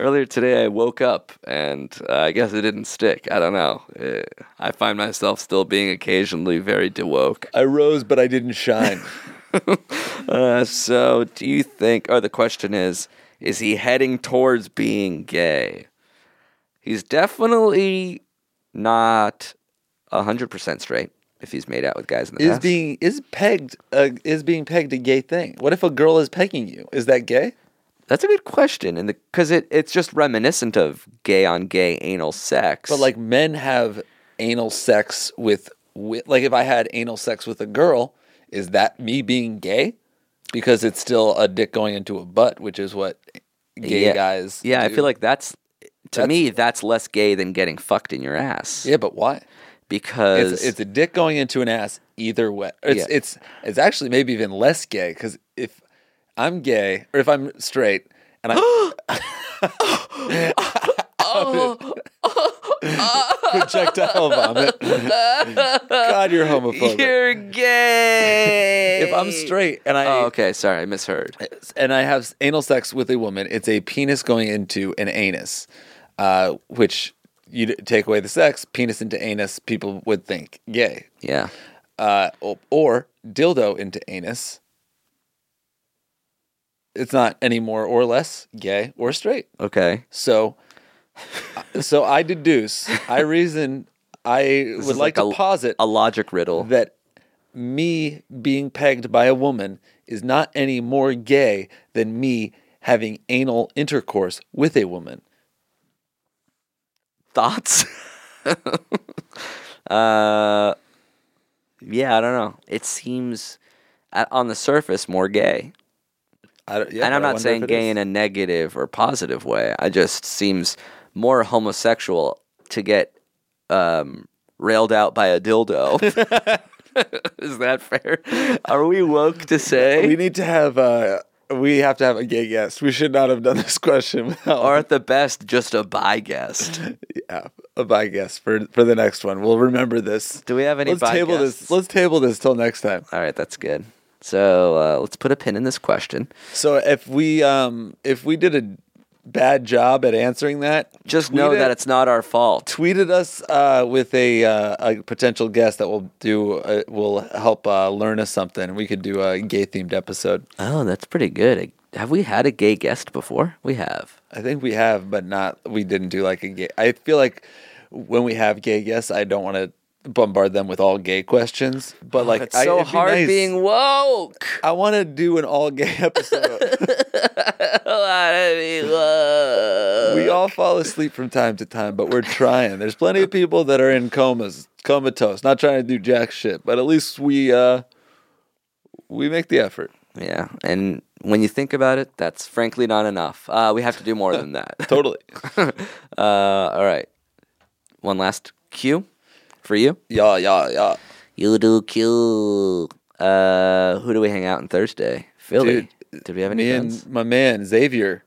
Speaker 5: earlier today, I woke up and uh, I guess it didn't stick. I don't know. Uh, I find myself still being occasionally very dewoke.
Speaker 4: I rose but I didn't shine.
Speaker 5: Uh, so, do you think? Or the question is: Is he heading towards being gay? He's definitely not hundred percent straight. if he's made out with guys in the
Speaker 4: Is
Speaker 5: past.
Speaker 4: being is pegged uh, is being pegged a gay thing? What if a girl is pegging you? Is that gay?
Speaker 5: That's a good question, and because it, it's just reminiscent of gay on gay anal sex.
Speaker 4: But like men have anal sex with, with like if I had anal sex with a girl, is that me being gay? Because it's still a dick going into a butt, which is what gay
Speaker 5: Yeah.
Speaker 4: guys.
Speaker 5: yeah, I
Speaker 4: do.
Speaker 5: feel like that's to me that's less gay than getting fucked in your ass.
Speaker 4: Yeah, but why?
Speaker 5: because
Speaker 4: It's, it's a dick going into an ass either way. It's
Speaker 5: Yeah.
Speaker 4: it's it's actually maybe even less gay because if I'm gay or if I'm straight and I projectile vomit. God, you're homophobic.
Speaker 5: you're gay.
Speaker 4: if I'm straight and I
Speaker 5: Oh, okay. Sorry, I misheard.
Speaker 4: and I have anal sex with a woman, it's a penis going into an anus, uh, which you d- take away the sex, penis into anus, people would think gay.
Speaker 5: Yeah.
Speaker 4: Uh, or, or dildo into anus. It's not any more or less gay or straight.
Speaker 5: Okay.
Speaker 4: So, so I deduce, I reason, I
Speaker 5: This
Speaker 4: would
Speaker 5: is
Speaker 4: like, to
Speaker 5: a,
Speaker 4: posit
Speaker 5: a logic riddle.
Speaker 4: that me being pegged by a woman is not any more gay than me having anal intercourse with a woman.
Speaker 5: Thoughts? uh, yeah. I don't know. It seems uh, on the surface more gay,
Speaker 4: I don't, yeah,
Speaker 5: and I'm
Speaker 4: but I
Speaker 5: not
Speaker 4: wonder
Speaker 5: saying
Speaker 4: if it
Speaker 5: gay
Speaker 4: is.
Speaker 5: in a negative or positive way. I just seems more homosexual to get um, railed out by a dildo. Is that fair? Are we woke to say?
Speaker 4: We need to have uh, we have to have a gay guest. We should not have done this question without
Speaker 5: or at the best, just a bi guest.
Speaker 4: yeah, a by guest for for the next one. We'll remember this.
Speaker 5: Do we have any
Speaker 4: Let's
Speaker 5: bi
Speaker 4: table
Speaker 5: guests?
Speaker 4: this. Let's table this till next time.
Speaker 5: All right, that's good. So uh, let's put a pin in this question.
Speaker 4: So if we um if we did a bad job at answering that,
Speaker 5: Just
Speaker 4: tweet
Speaker 5: know that
Speaker 4: it.
Speaker 5: it's not our fault.
Speaker 4: tweeted us uh, with a, uh, a potential guest that will do uh, will help uh, learn us something. We could do a gay themed episode.
Speaker 5: Oh, that's pretty good. Have we had a gay guest before? We have.
Speaker 4: I think we have, but not we didn't do like a gay. I feel like when we have gay guests, I don't want to bombard them with all gay questions. But like,
Speaker 5: Oh, It's
Speaker 4: I-
Speaker 5: so
Speaker 4: it'd be
Speaker 5: hard
Speaker 4: nice.
Speaker 5: being woke.
Speaker 4: I want to do an all gay episode. we all fall asleep from time to time, but we're trying. There's plenty of people that are in comas, comatose, not trying to do jack shit, but at least we uh we make the effort.
Speaker 5: Yeah, and when you think about it, that's frankly not enough. Uh, we have to do more than that.
Speaker 4: Totally.
Speaker 5: Uh, all right. One last cue for you.
Speaker 4: yeah, yeah, yeah.
Speaker 5: You do Q. Uh, who do we hang out on Thursday? Philly. Did we have any
Speaker 4: Me
Speaker 5: friends?
Speaker 4: and my man Xavier,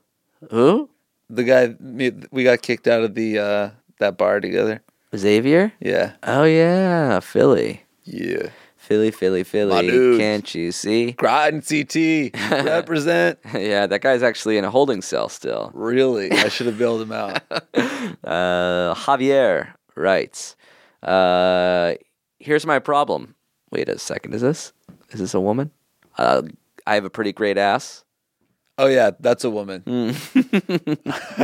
Speaker 5: Who?
Speaker 4: the guy me, we got kicked out of the uh that bar together.
Speaker 5: Xavier?
Speaker 4: Yeah.
Speaker 5: Oh yeah, Philly.
Speaker 4: Yeah.
Speaker 5: Philly, Philly, Philly.
Speaker 4: dudes.
Speaker 5: Can't you see?
Speaker 4: Groton CT represent.
Speaker 5: yeah, that guy's actually in a holding cell still.
Speaker 4: Really, I should have bailed him out.
Speaker 5: Uh, Javier writes, uh, "Here's my problem. Wait a second. Is this is this a woman? Uh, I have a pretty great ass.
Speaker 4: Oh yeah, that's a woman.
Speaker 5: Mm.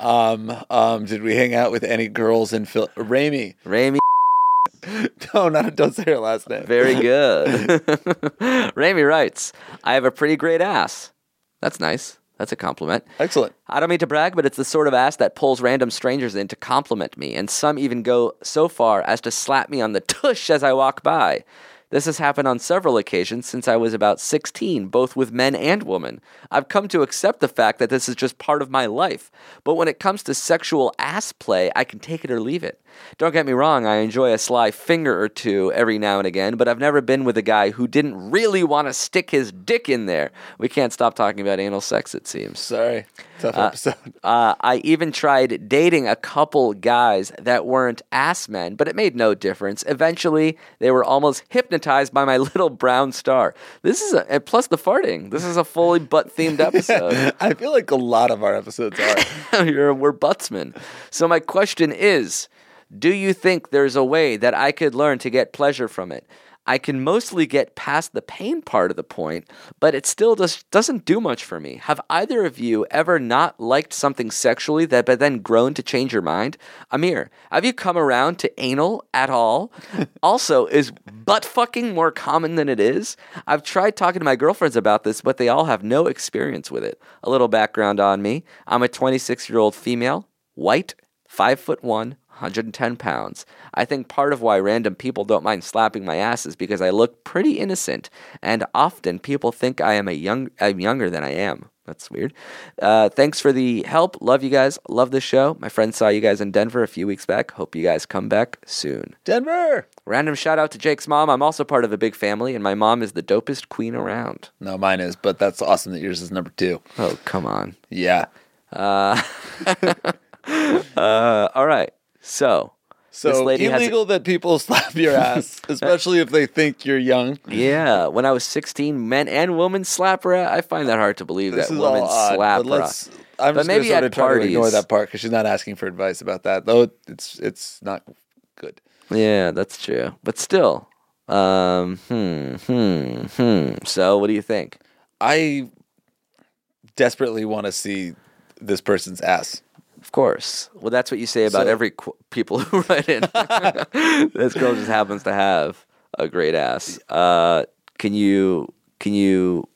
Speaker 4: um, um, did we hang out with any girls in Phil? Rami?
Speaker 5: Rami,
Speaker 4: No, not don't say her last name.
Speaker 5: very good. Rami writes, I have a pretty great ass. That's nice. That's a compliment.
Speaker 4: Excellent.
Speaker 5: I don't mean to brag, but it's the sort of ass that pulls random strangers in to compliment me, and some even go so far as to slap me on the tush as I walk by. This has happened on several occasions since I was about 16, both with men and women. I've come to accept the fact that this is just part of my life, but when it comes to sexual ass play, I can take it or leave it. Don't get me wrong, I enjoy a sly finger or two every now and again, but I've never been with a guy who didn't really want to stick his dick in there. We can't stop talking about anal sex, it seems.
Speaker 4: Sorry, tough episode.
Speaker 5: Uh, I even tried dating a couple guys that weren't ass men, but it made no difference. Eventually, they were almost hypnotized by my little brown star. This is a, and plus the farting. This is a fully butt themed episode.
Speaker 4: I feel like a lot of our episodes are.
Speaker 5: You're- we're buttsmen. So my question is, do you think there's a way that I could learn to get pleasure from it? I can mostly get past the pain part of the point, but it still does, doesn't do much for me. Have either of you ever not liked something sexually that but then grown to change your mind? Amir, have you come around to anal at all? also, is butt fucking more common than it is? I've tried talking to my girlfriends about this, but they all have no experience with it. A little background on me. I'm a 26 year old female, white, five foot one, 110 pounds. I think part of why random people don't mind slapping my ass is because I look pretty innocent, and often people think I am a young I'm younger than I am. That's weird. Uh, thanks for the help. Love you guys. Love the show. My friend saw you guys in Denver a few weeks back. Hope you guys come back soon.
Speaker 4: Denver.
Speaker 5: Random shout out to Jake's mom. I'm also part of a big family, and my mom is the dopest queen around.
Speaker 4: No, mine is, but that's awesome that yours is number two.
Speaker 5: Oh, come on.
Speaker 4: Yeah.
Speaker 5: Uh, all right. So, this
Speaker 4: So
Speaker 5: lady has.
Speaker 4: illegal that people slap your ass, especially if they think you're young.
Speaker 5: Yeah, when I was 16, men and women slap her. I find that hard to believe
Speaker 4: This
Speaker 5: that
Speaker 4: is
Speaker 5: women
Speaker 4: all odd,
Speaker 5: slap
Speaker 4: but
Speaker 5: her.
Speaker 4: let's. I'm
Speaker 5: But
Speaker 4: just maybe
Speaker 5: maybe
Speaker 4: sort
Speaker 5: at
Speaker 4: of try to ignore
Speaker 5: parties.
Speaker 4: that part because she's not asking for advice about that, though. It's it's not good.
Speaker 5: Yeah, that's true. But still, um, hmm, hmm, hmm. So, what do you think?
Speaker 4: I desperately want to see this person's ass.
Speaker 5: Of course. Well, that's what you say about
Speaker 4: So-
Speaker 5: every qu- people who write in. this girl just happens to have a great ass. Uh, can you? Can you?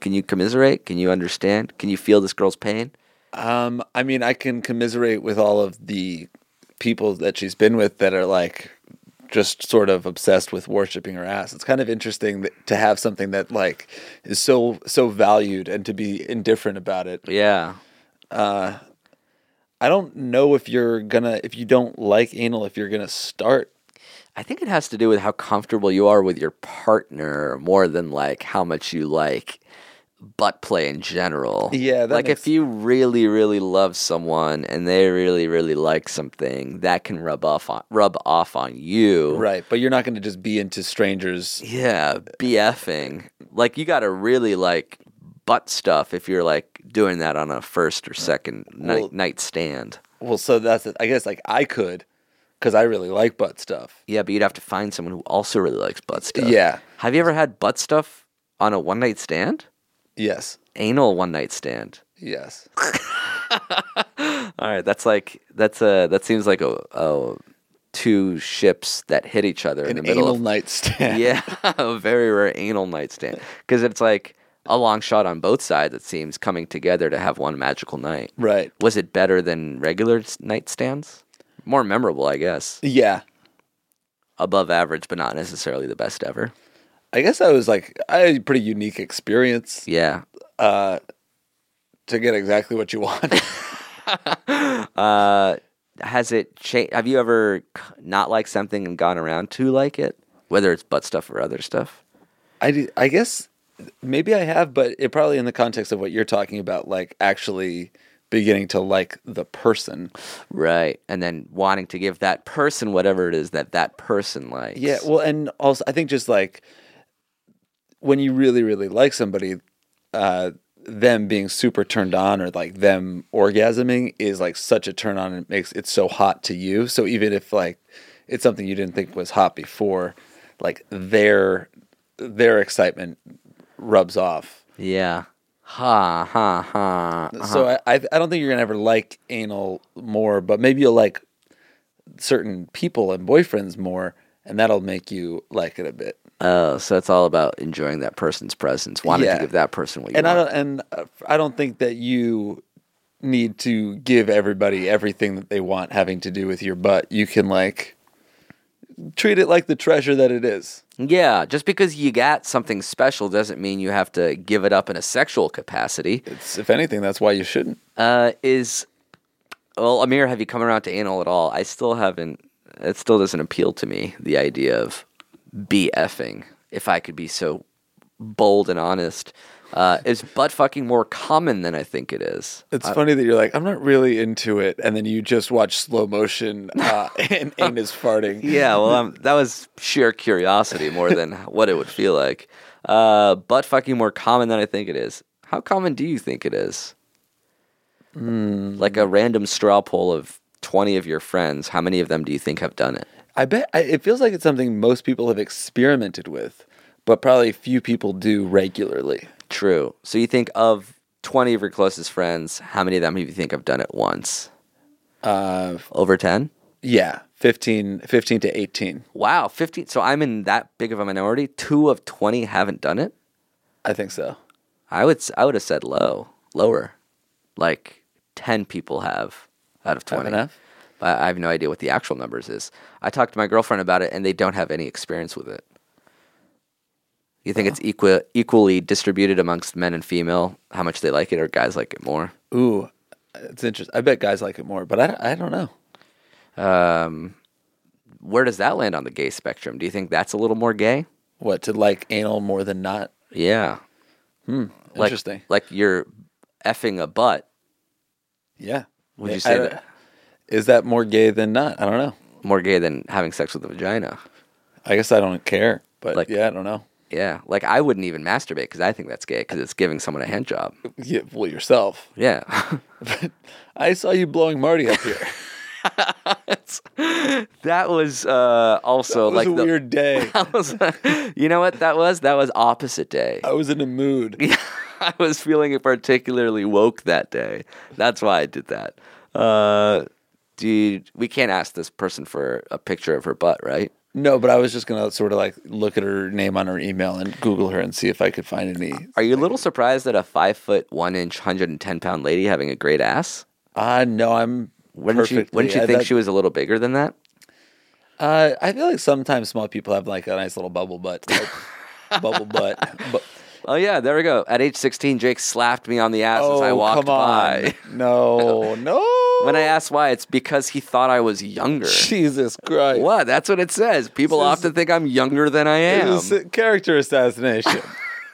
Speaker 5: Can you commiserate? Can you understand? Can you feel this girl's pain?
Speaker 4: Um, I mean, I can commiserate with all of the people that she's been with that are like just sort of obsessed with worshiping her ass. It's kind of interesting that, to have something that like is so so valued and to be indifferent about it.
Speaker 5: Yeah.
Speaker 4: I don't know if you're gonna if you don't like anal if you're gonna start.
Speaker 5: I think it has to do with how comfortable you are with your partner more than like how much you like butt play in general.
Speaker 4: Yeah, that
Speaker 5: like
Speaker 4: makes-
Speaker 5: if you really, really love someone and they really, really like something, that can rub off on rub off on you.
Speaker 4: Right, but you're not gonna just be into strangers.
Speaker 5: Yeah, BFing. Like you got to really like butt stuff if you're like doing that on a first or second
Speaker 4: Uh, Well-
Speaker 5: night night stand.
Speaker 4: Well, so that's it. I guess like I could because I really like butt stuff.
Speaker 5: Yeah, but you'd have to find someone who also really likes butt stuff.
Speaker 4: Yeah.
Speaker 5: Have you ever had butt stuff on a one night stand?
Speaker 4: Yes.
Speaker 5: anal one night stand.
Speaker 4: Yes.
Speaker 5: All right, that's like that's a that seems like a, a two ships that hit each other in
Speaker 4: An
Speaker 5: the middle
Speaker 4: anal
Speaker 5: of
Speaker 4: nightstand.
Speaker 5: yeah, a very rare anal nightstand because it's like a long shot on both sides. It seems coming together to have one magical night.
Speaker 4: Right.
Speaker 5: Was it better than regular s- nightstands? More memorable, I guess.
Speaker 4: Yeah.
Speaker 5: Above average, but not necessarily the best ever.
Speaker 4: I guess I was like I had a pretty unique experience
Speaker 5: Yeah.
Speaker 4: to get exactly what you want.
Speaker 5: Has it changed? Have you ever c- not liked something and gone around to like it, whether it's butt stuff or other stuff?
Speaker 4: I do- I guess maybe I have, but it probably in the context of what you're talking about, like actually beginning to like the person.
Speaker 5: Right. And then wanting to give that person whatever it is that that person likes.
Speaker 4: Yeah, well, and also I think just like when you really, really like somebody, uh, them being super turned on or like them orgasming is like such a turn on and it makes it so hot to you. So even if like it's something you didn't think was hot before, like their their excitement rubs off.
Speaker 5: yeah. Ha ha ha.
Speaker 4: So I, I I don't think you're gonna ever like anal more, but maybe you'll like certain people and boyfriends more, and that'll make you like it a bit.
Speaker 5: Oh, so it's all about enjoying that person's presence, wanting
Speaker 4: Yeah.
Speaker 5: to give that person what you
Speaker 4: and I
Speaker 5: want.
Speaker 4: don't and uh, I don't think that you need to give everybody everything that they want having to do with your butt. You can like treat it like the treasure that it is.
Speaker 5: yeah. Just because you got something special doesn't mean you have to give it up in a sexual capacity.
Speaker 4: It's, if anything, that's why you shouldn't.
Speaker 5: Uh, is well, Amir, have you come around to anal at all? I still haven't. It still doesn't appeal to me the idea of BFing. If I could be so bold and honest, uh, is butt fucking more common than I think it is?
Speaker 4: It's funny that you're like, I'm not really into it, and then you just watch slow motion uh, and anus farting.
Speaker 5: Yeah, well, um, that was sheer curiosity more than what it would feel like. Uh, butt fucking more common than I think it is. How common do you think it is? Hmm. Like a random straw poll of twenty of your friends, how many of them do you think have done it?
Speaker 4: I bet I, it feels like it's something most people have experimented with, but probably few people do regularly.
Speaker 5: True. So you think of 20 of your closest friends, how many of them have you think have done it once? Uh, Over 10?
Speaker 4: Yeah, 15, 15 to 18.
Speaker 5: Wow, 15. So I'm in that big of a minority. Two of 20 haven't done it.
Speaker 4: I think so.
Speaker 5: I would s- I would have said low, lower. Like 10 people have out of 20.
Speaker 4: enough?
Speaker 5: But I have no idea what the actual numbers is. I talked to my girlfriend about it and they don't have any experience with it. You think it's equi- equally distributed amongst men and female, how much they like it or guys like it more?
Speaker 4: Ooh, it's interesting. I bet guys like it more, but I, don't- I don't know.
Speaker 5: Where does that land on the gay spectrum? Do you think that's a little more gay?
Speaker 4: What, to like anal more than not?
Speaker 5: Yeah. Hmm. Like,
Speaker 4: Interesting.
Speaker 5: Like you're effing a butt.
Speaker 4: Yeah.
Speaker 5: Would
Speaker 4: I-
Speaker 5: you
Speaker 4: I
Speaker 5: say
Speaker 4: don't-
Speaker 5: that
Speaker 4: Is that more gay than not? I don't know.
Speaker 5: more gay than having sex with a vagina?
Speaker 4: I guess I don't care, but
Speaker 5: Like-
Speaker 4: yeah, I don't know.
Speaker 5: Yeah. Like I wouldn't even masturbate because I think that's gay because it's giving someone a hand job.
Speaker 4: Yeah, well, yourself.
Speaker 5: Yeah.
Speaker 4: I saw you blowing Marty up here.
Speaker 5: that was uh, also
Speaker 4: it was
Speaker 5: like
Speaker 4: a
Speaker 5: the,
Speaker 4: weird day.
Speaker 5: That was, you know what that was? That was opposite day.
Speaker 4: I was in a mood.
Speaker 5: I was feeling particularly woke that day. That's why I did that. Uh, dude, we can't ask this person for a picture of her butt, right?
Speaker 4: No, but I was just gonna sort of like look at her name on her email and Google her and see if I could find any.
Speaker 5: Are you a little surprised that a five foot one inch, hundred and ten pound lady having a great ass?
Speaker 4: Ah, no, I'm.
Speaker 5: Wouldn't you, wouldn't you
Speaker 4: perfectly-
Speaker 5: think
Speaker 4: that-
Speaker 5: she was a little bigger than that?
Speaker 4: Uh, I feel like sometimes small people have like a nice little bubble butt. type- bubble butt. But,
Speaker 5: Oh yeah, there we go. At age sixteen, Jake slapped me on the ass as
Speaker 4: oh,
Speaker 5: I walked
Speaker 4: come on.
Speaker 5: by.
Speaker 4: No, no.
Speaker 5: When I asked why, it's because he thought I was younger.
Speaker 4: Jesus Christ.
Speaker 5: What? That's what it says. People
Speaker 4: This is-
Speaker 5: often think I'm younger than I am.
Speaker 4: This is character assassination.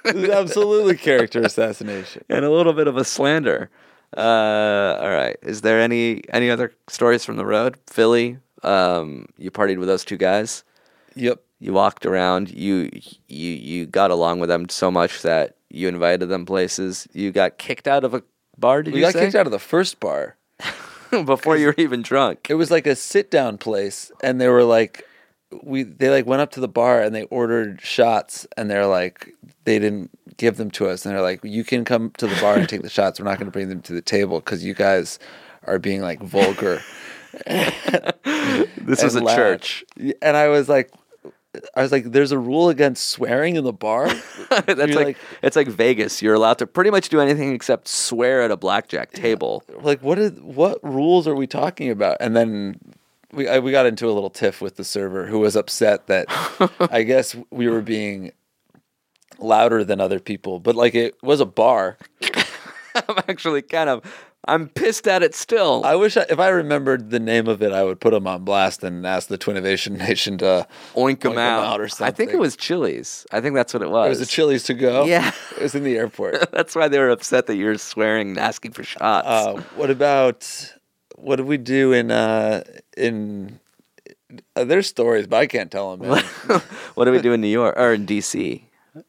Speaker 4: This is absolutely character assassination.
Speaker 5: and a little bit of a slander. Uh, all right. Is there any any other stories from the road? Philly, um, you partied with those two guys.
Speaker 4: Yep.
Speaker 5: You walked around. You you you got along with them so much that you invited them places. You got kicked out of a bar. Did
Speaker 4: We
Speaker 5: you
Speaker 4: got
Speaker 5: say?
Speaker 4: kicked out of the first bar.
Speaker 5: before you were even drunk?
Speaker 4: It was like a sit down place, and they were like, we they like went up to the bar and they ordered shots, and they're like, they didn't give them to us, and they're like, you can come to the bar and take the shots. We're not going to bring them to the table because you guys are being like vulgar.
Speaker 5: This was a
Speaker 4: and loud.
Speaker 5: church.
Speaker 4: and I was like. I was like, "There's a rule against swearing in the bar."
Speaker 5: That's
Speaker 4: You're
Speaker 5: like,
Speaker 4: like-
Speaker 5: it's like Vegas. You're allowed to pretty much do anything except swear at a blackjack table.
Speaker 4: like what is what rules are we talking about and then we I, we got into a little tiff with the server who was upset that i guess we were being louder than other people but like it was a bar
Speaker 5: I'm actually kind of I'm pissed at it still.
Speaker 4: i wish I, if i remembered the name of it i would put them on blast and ask the twinnovation nation to
Speaker 5: oink them
Speaker 4: 'em
Speaker 5: out.
Speaker 4: out or
Speaker 5: I think it
Speaker 4: something.
Speaker 5: was Chili's. I think that's what it was.
Speaker 4: it was a chili's to go
Speaker 5: Yeah.
Speaker 4: it was in the airport
Speaker 5: That's why they were upset that you were swearing and asking for shots.
Speaker 4: Uh, what about what did we do in uh in uh, there's stories but i can't tell them man.
Speaker 5: what do we do in New York or in DC?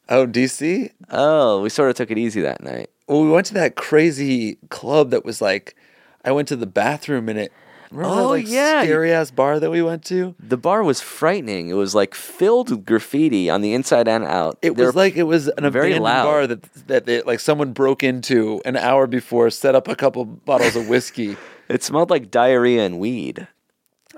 Speaker 4: oh dc
Speaker 5: Oh, we sort of took it easy that night.
Speaker 4: Well, we went to that crazy club that was like, I went to the bathroom in it. Remember that
Speaker 5: Oh,
Speaker 4: like
Speaker 5: yeah.
Speaker 4: scary ass bar that we went to?
Speaker 5: The bar was frightening. It was like filled with graffiti on the inside and out.
Speaker 4: It
Speaker 5: There-
Speaker 4: was like it was an
Speaker 5: very
Speaker 4: abandoned
Speaker 5: loud.
Speaker 4: bar that that they, like someone broke into an hour before, set up a couple bottles of whiskey,
Speaker 5: it smelled like diarrhea and weed.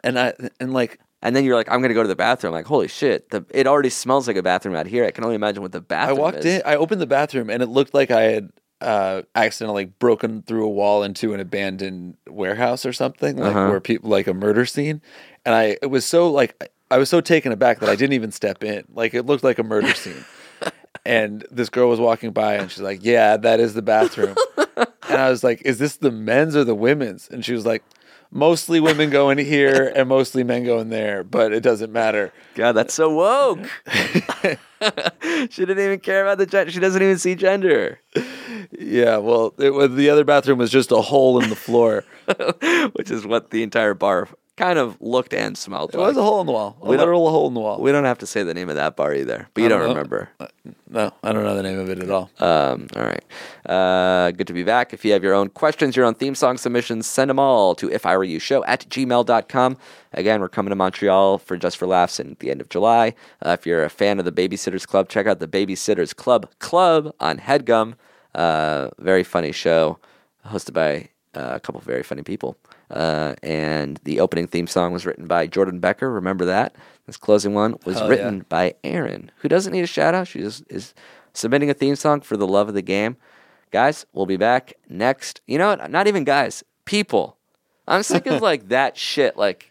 Speaker 4: and I and like
Speaker 5: And then you're like, I'm gonna go to the bathroom. Like, holy shit! The, it already smells like a bathroom out here. I can only imagine what the
Speaker 4: I
Speaker 5: bathroom.
Speaker 4: walked
Speaker 5: is.
Speaker 4: in, I opened the bathroom, and it looked like I had uh, accidentally broken through a wall into an abandoned warehouse or something, like
Speaker 5: Uh-huh.
Speaker 4: where people like a murder scene. And I it was so like I was so taken aback that I didn't even step in. Like it looked like a murder scene. and this girl was walking by, and she's like, "Yeah, that is the bathroom." and I was like, "Is this the men's or the women's?" And she was like. Mostly women go in here and mostly men go in there, but it doesn't matter.
Speaker 5: God, that's so woke. she didn't even care about the gender. She doesn't even see gender,
Speaker 4: Yeah, well, it was the other bathroom was just a hole in the floor.
Speaker 5: which is what the entire bar kind of looked and smelled
Speaker 4: It
Speaker 5: like.
Speaker 4: was a hole in the wall. A
Speaker 5: We don't-
Speaker 4: literal hole in the wall.
Speaker 5: We don't have to say the name of that bar either, but you
Speaker 4: I
Speaker 5: don't
Speaker 4: don't know.
Speaker 5: remember.
Speaker 4: no, I don't know the name of it at all.
Speaker 5: Um, all right. Uh, good to be back. If you have your own questions, your own theme song submissions, send them all to if I were you show at gmail.com. Again, we're coming to Montreal for Just for Laughs in the end of July. Uh, if you're a fan of the Babysitters Club, check out the Babysitters Club Club on Headgum. Uh, very funny show hosted by uh, a couple of very funny people. Uh, and the opening theme song was written by Jordan Becker. Remember that? This closing one was
Speaker 4: Hell
Speaker 5: written
Speaker 4: yeah.
Speaker 5: by Erin, who doesn't need a shout out. She just is submitting a theme song for the love of the game. Guys, we'll be back next. You know what? Not even guys, people. I'm sick of like that shit, like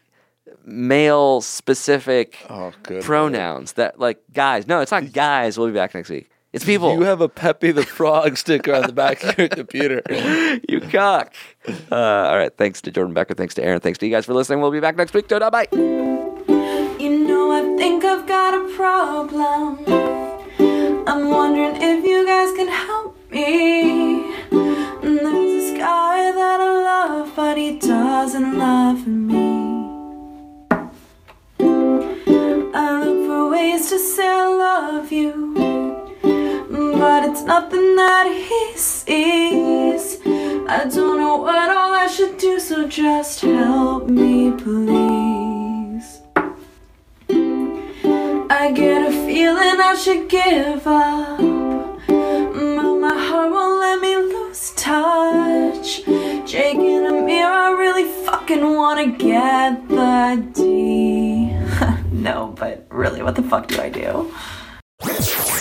Speaker 5: male specific
Speaker 4: Oh, good
Speaker 5: pronouns that like guys. No, it's not guys. We'll be back next week. It's people.
Speaker 4: You have a Peppy the Frog sticker on the back of your computer.
Speaker 5: you cock. Uh, all right. Thanks to Jordan Becker. Thanks to Aaron. Thanks to you guys for listening. We'll be back next week. Toda, bye.
Speaker 6: You know, I think I've got a problem. I'm wondering if you guys can help me. And There's this guy that I love, but he doesn't love me. I look for ways to say I love you, but it's nothing that he sees. I don't know what all I should do, so just help me, please. I get a feeling I should give up. But my heart won't let me lose touch. Jake and Amir, I really fucking wanna get the D. no, but really, what the fuck do I do?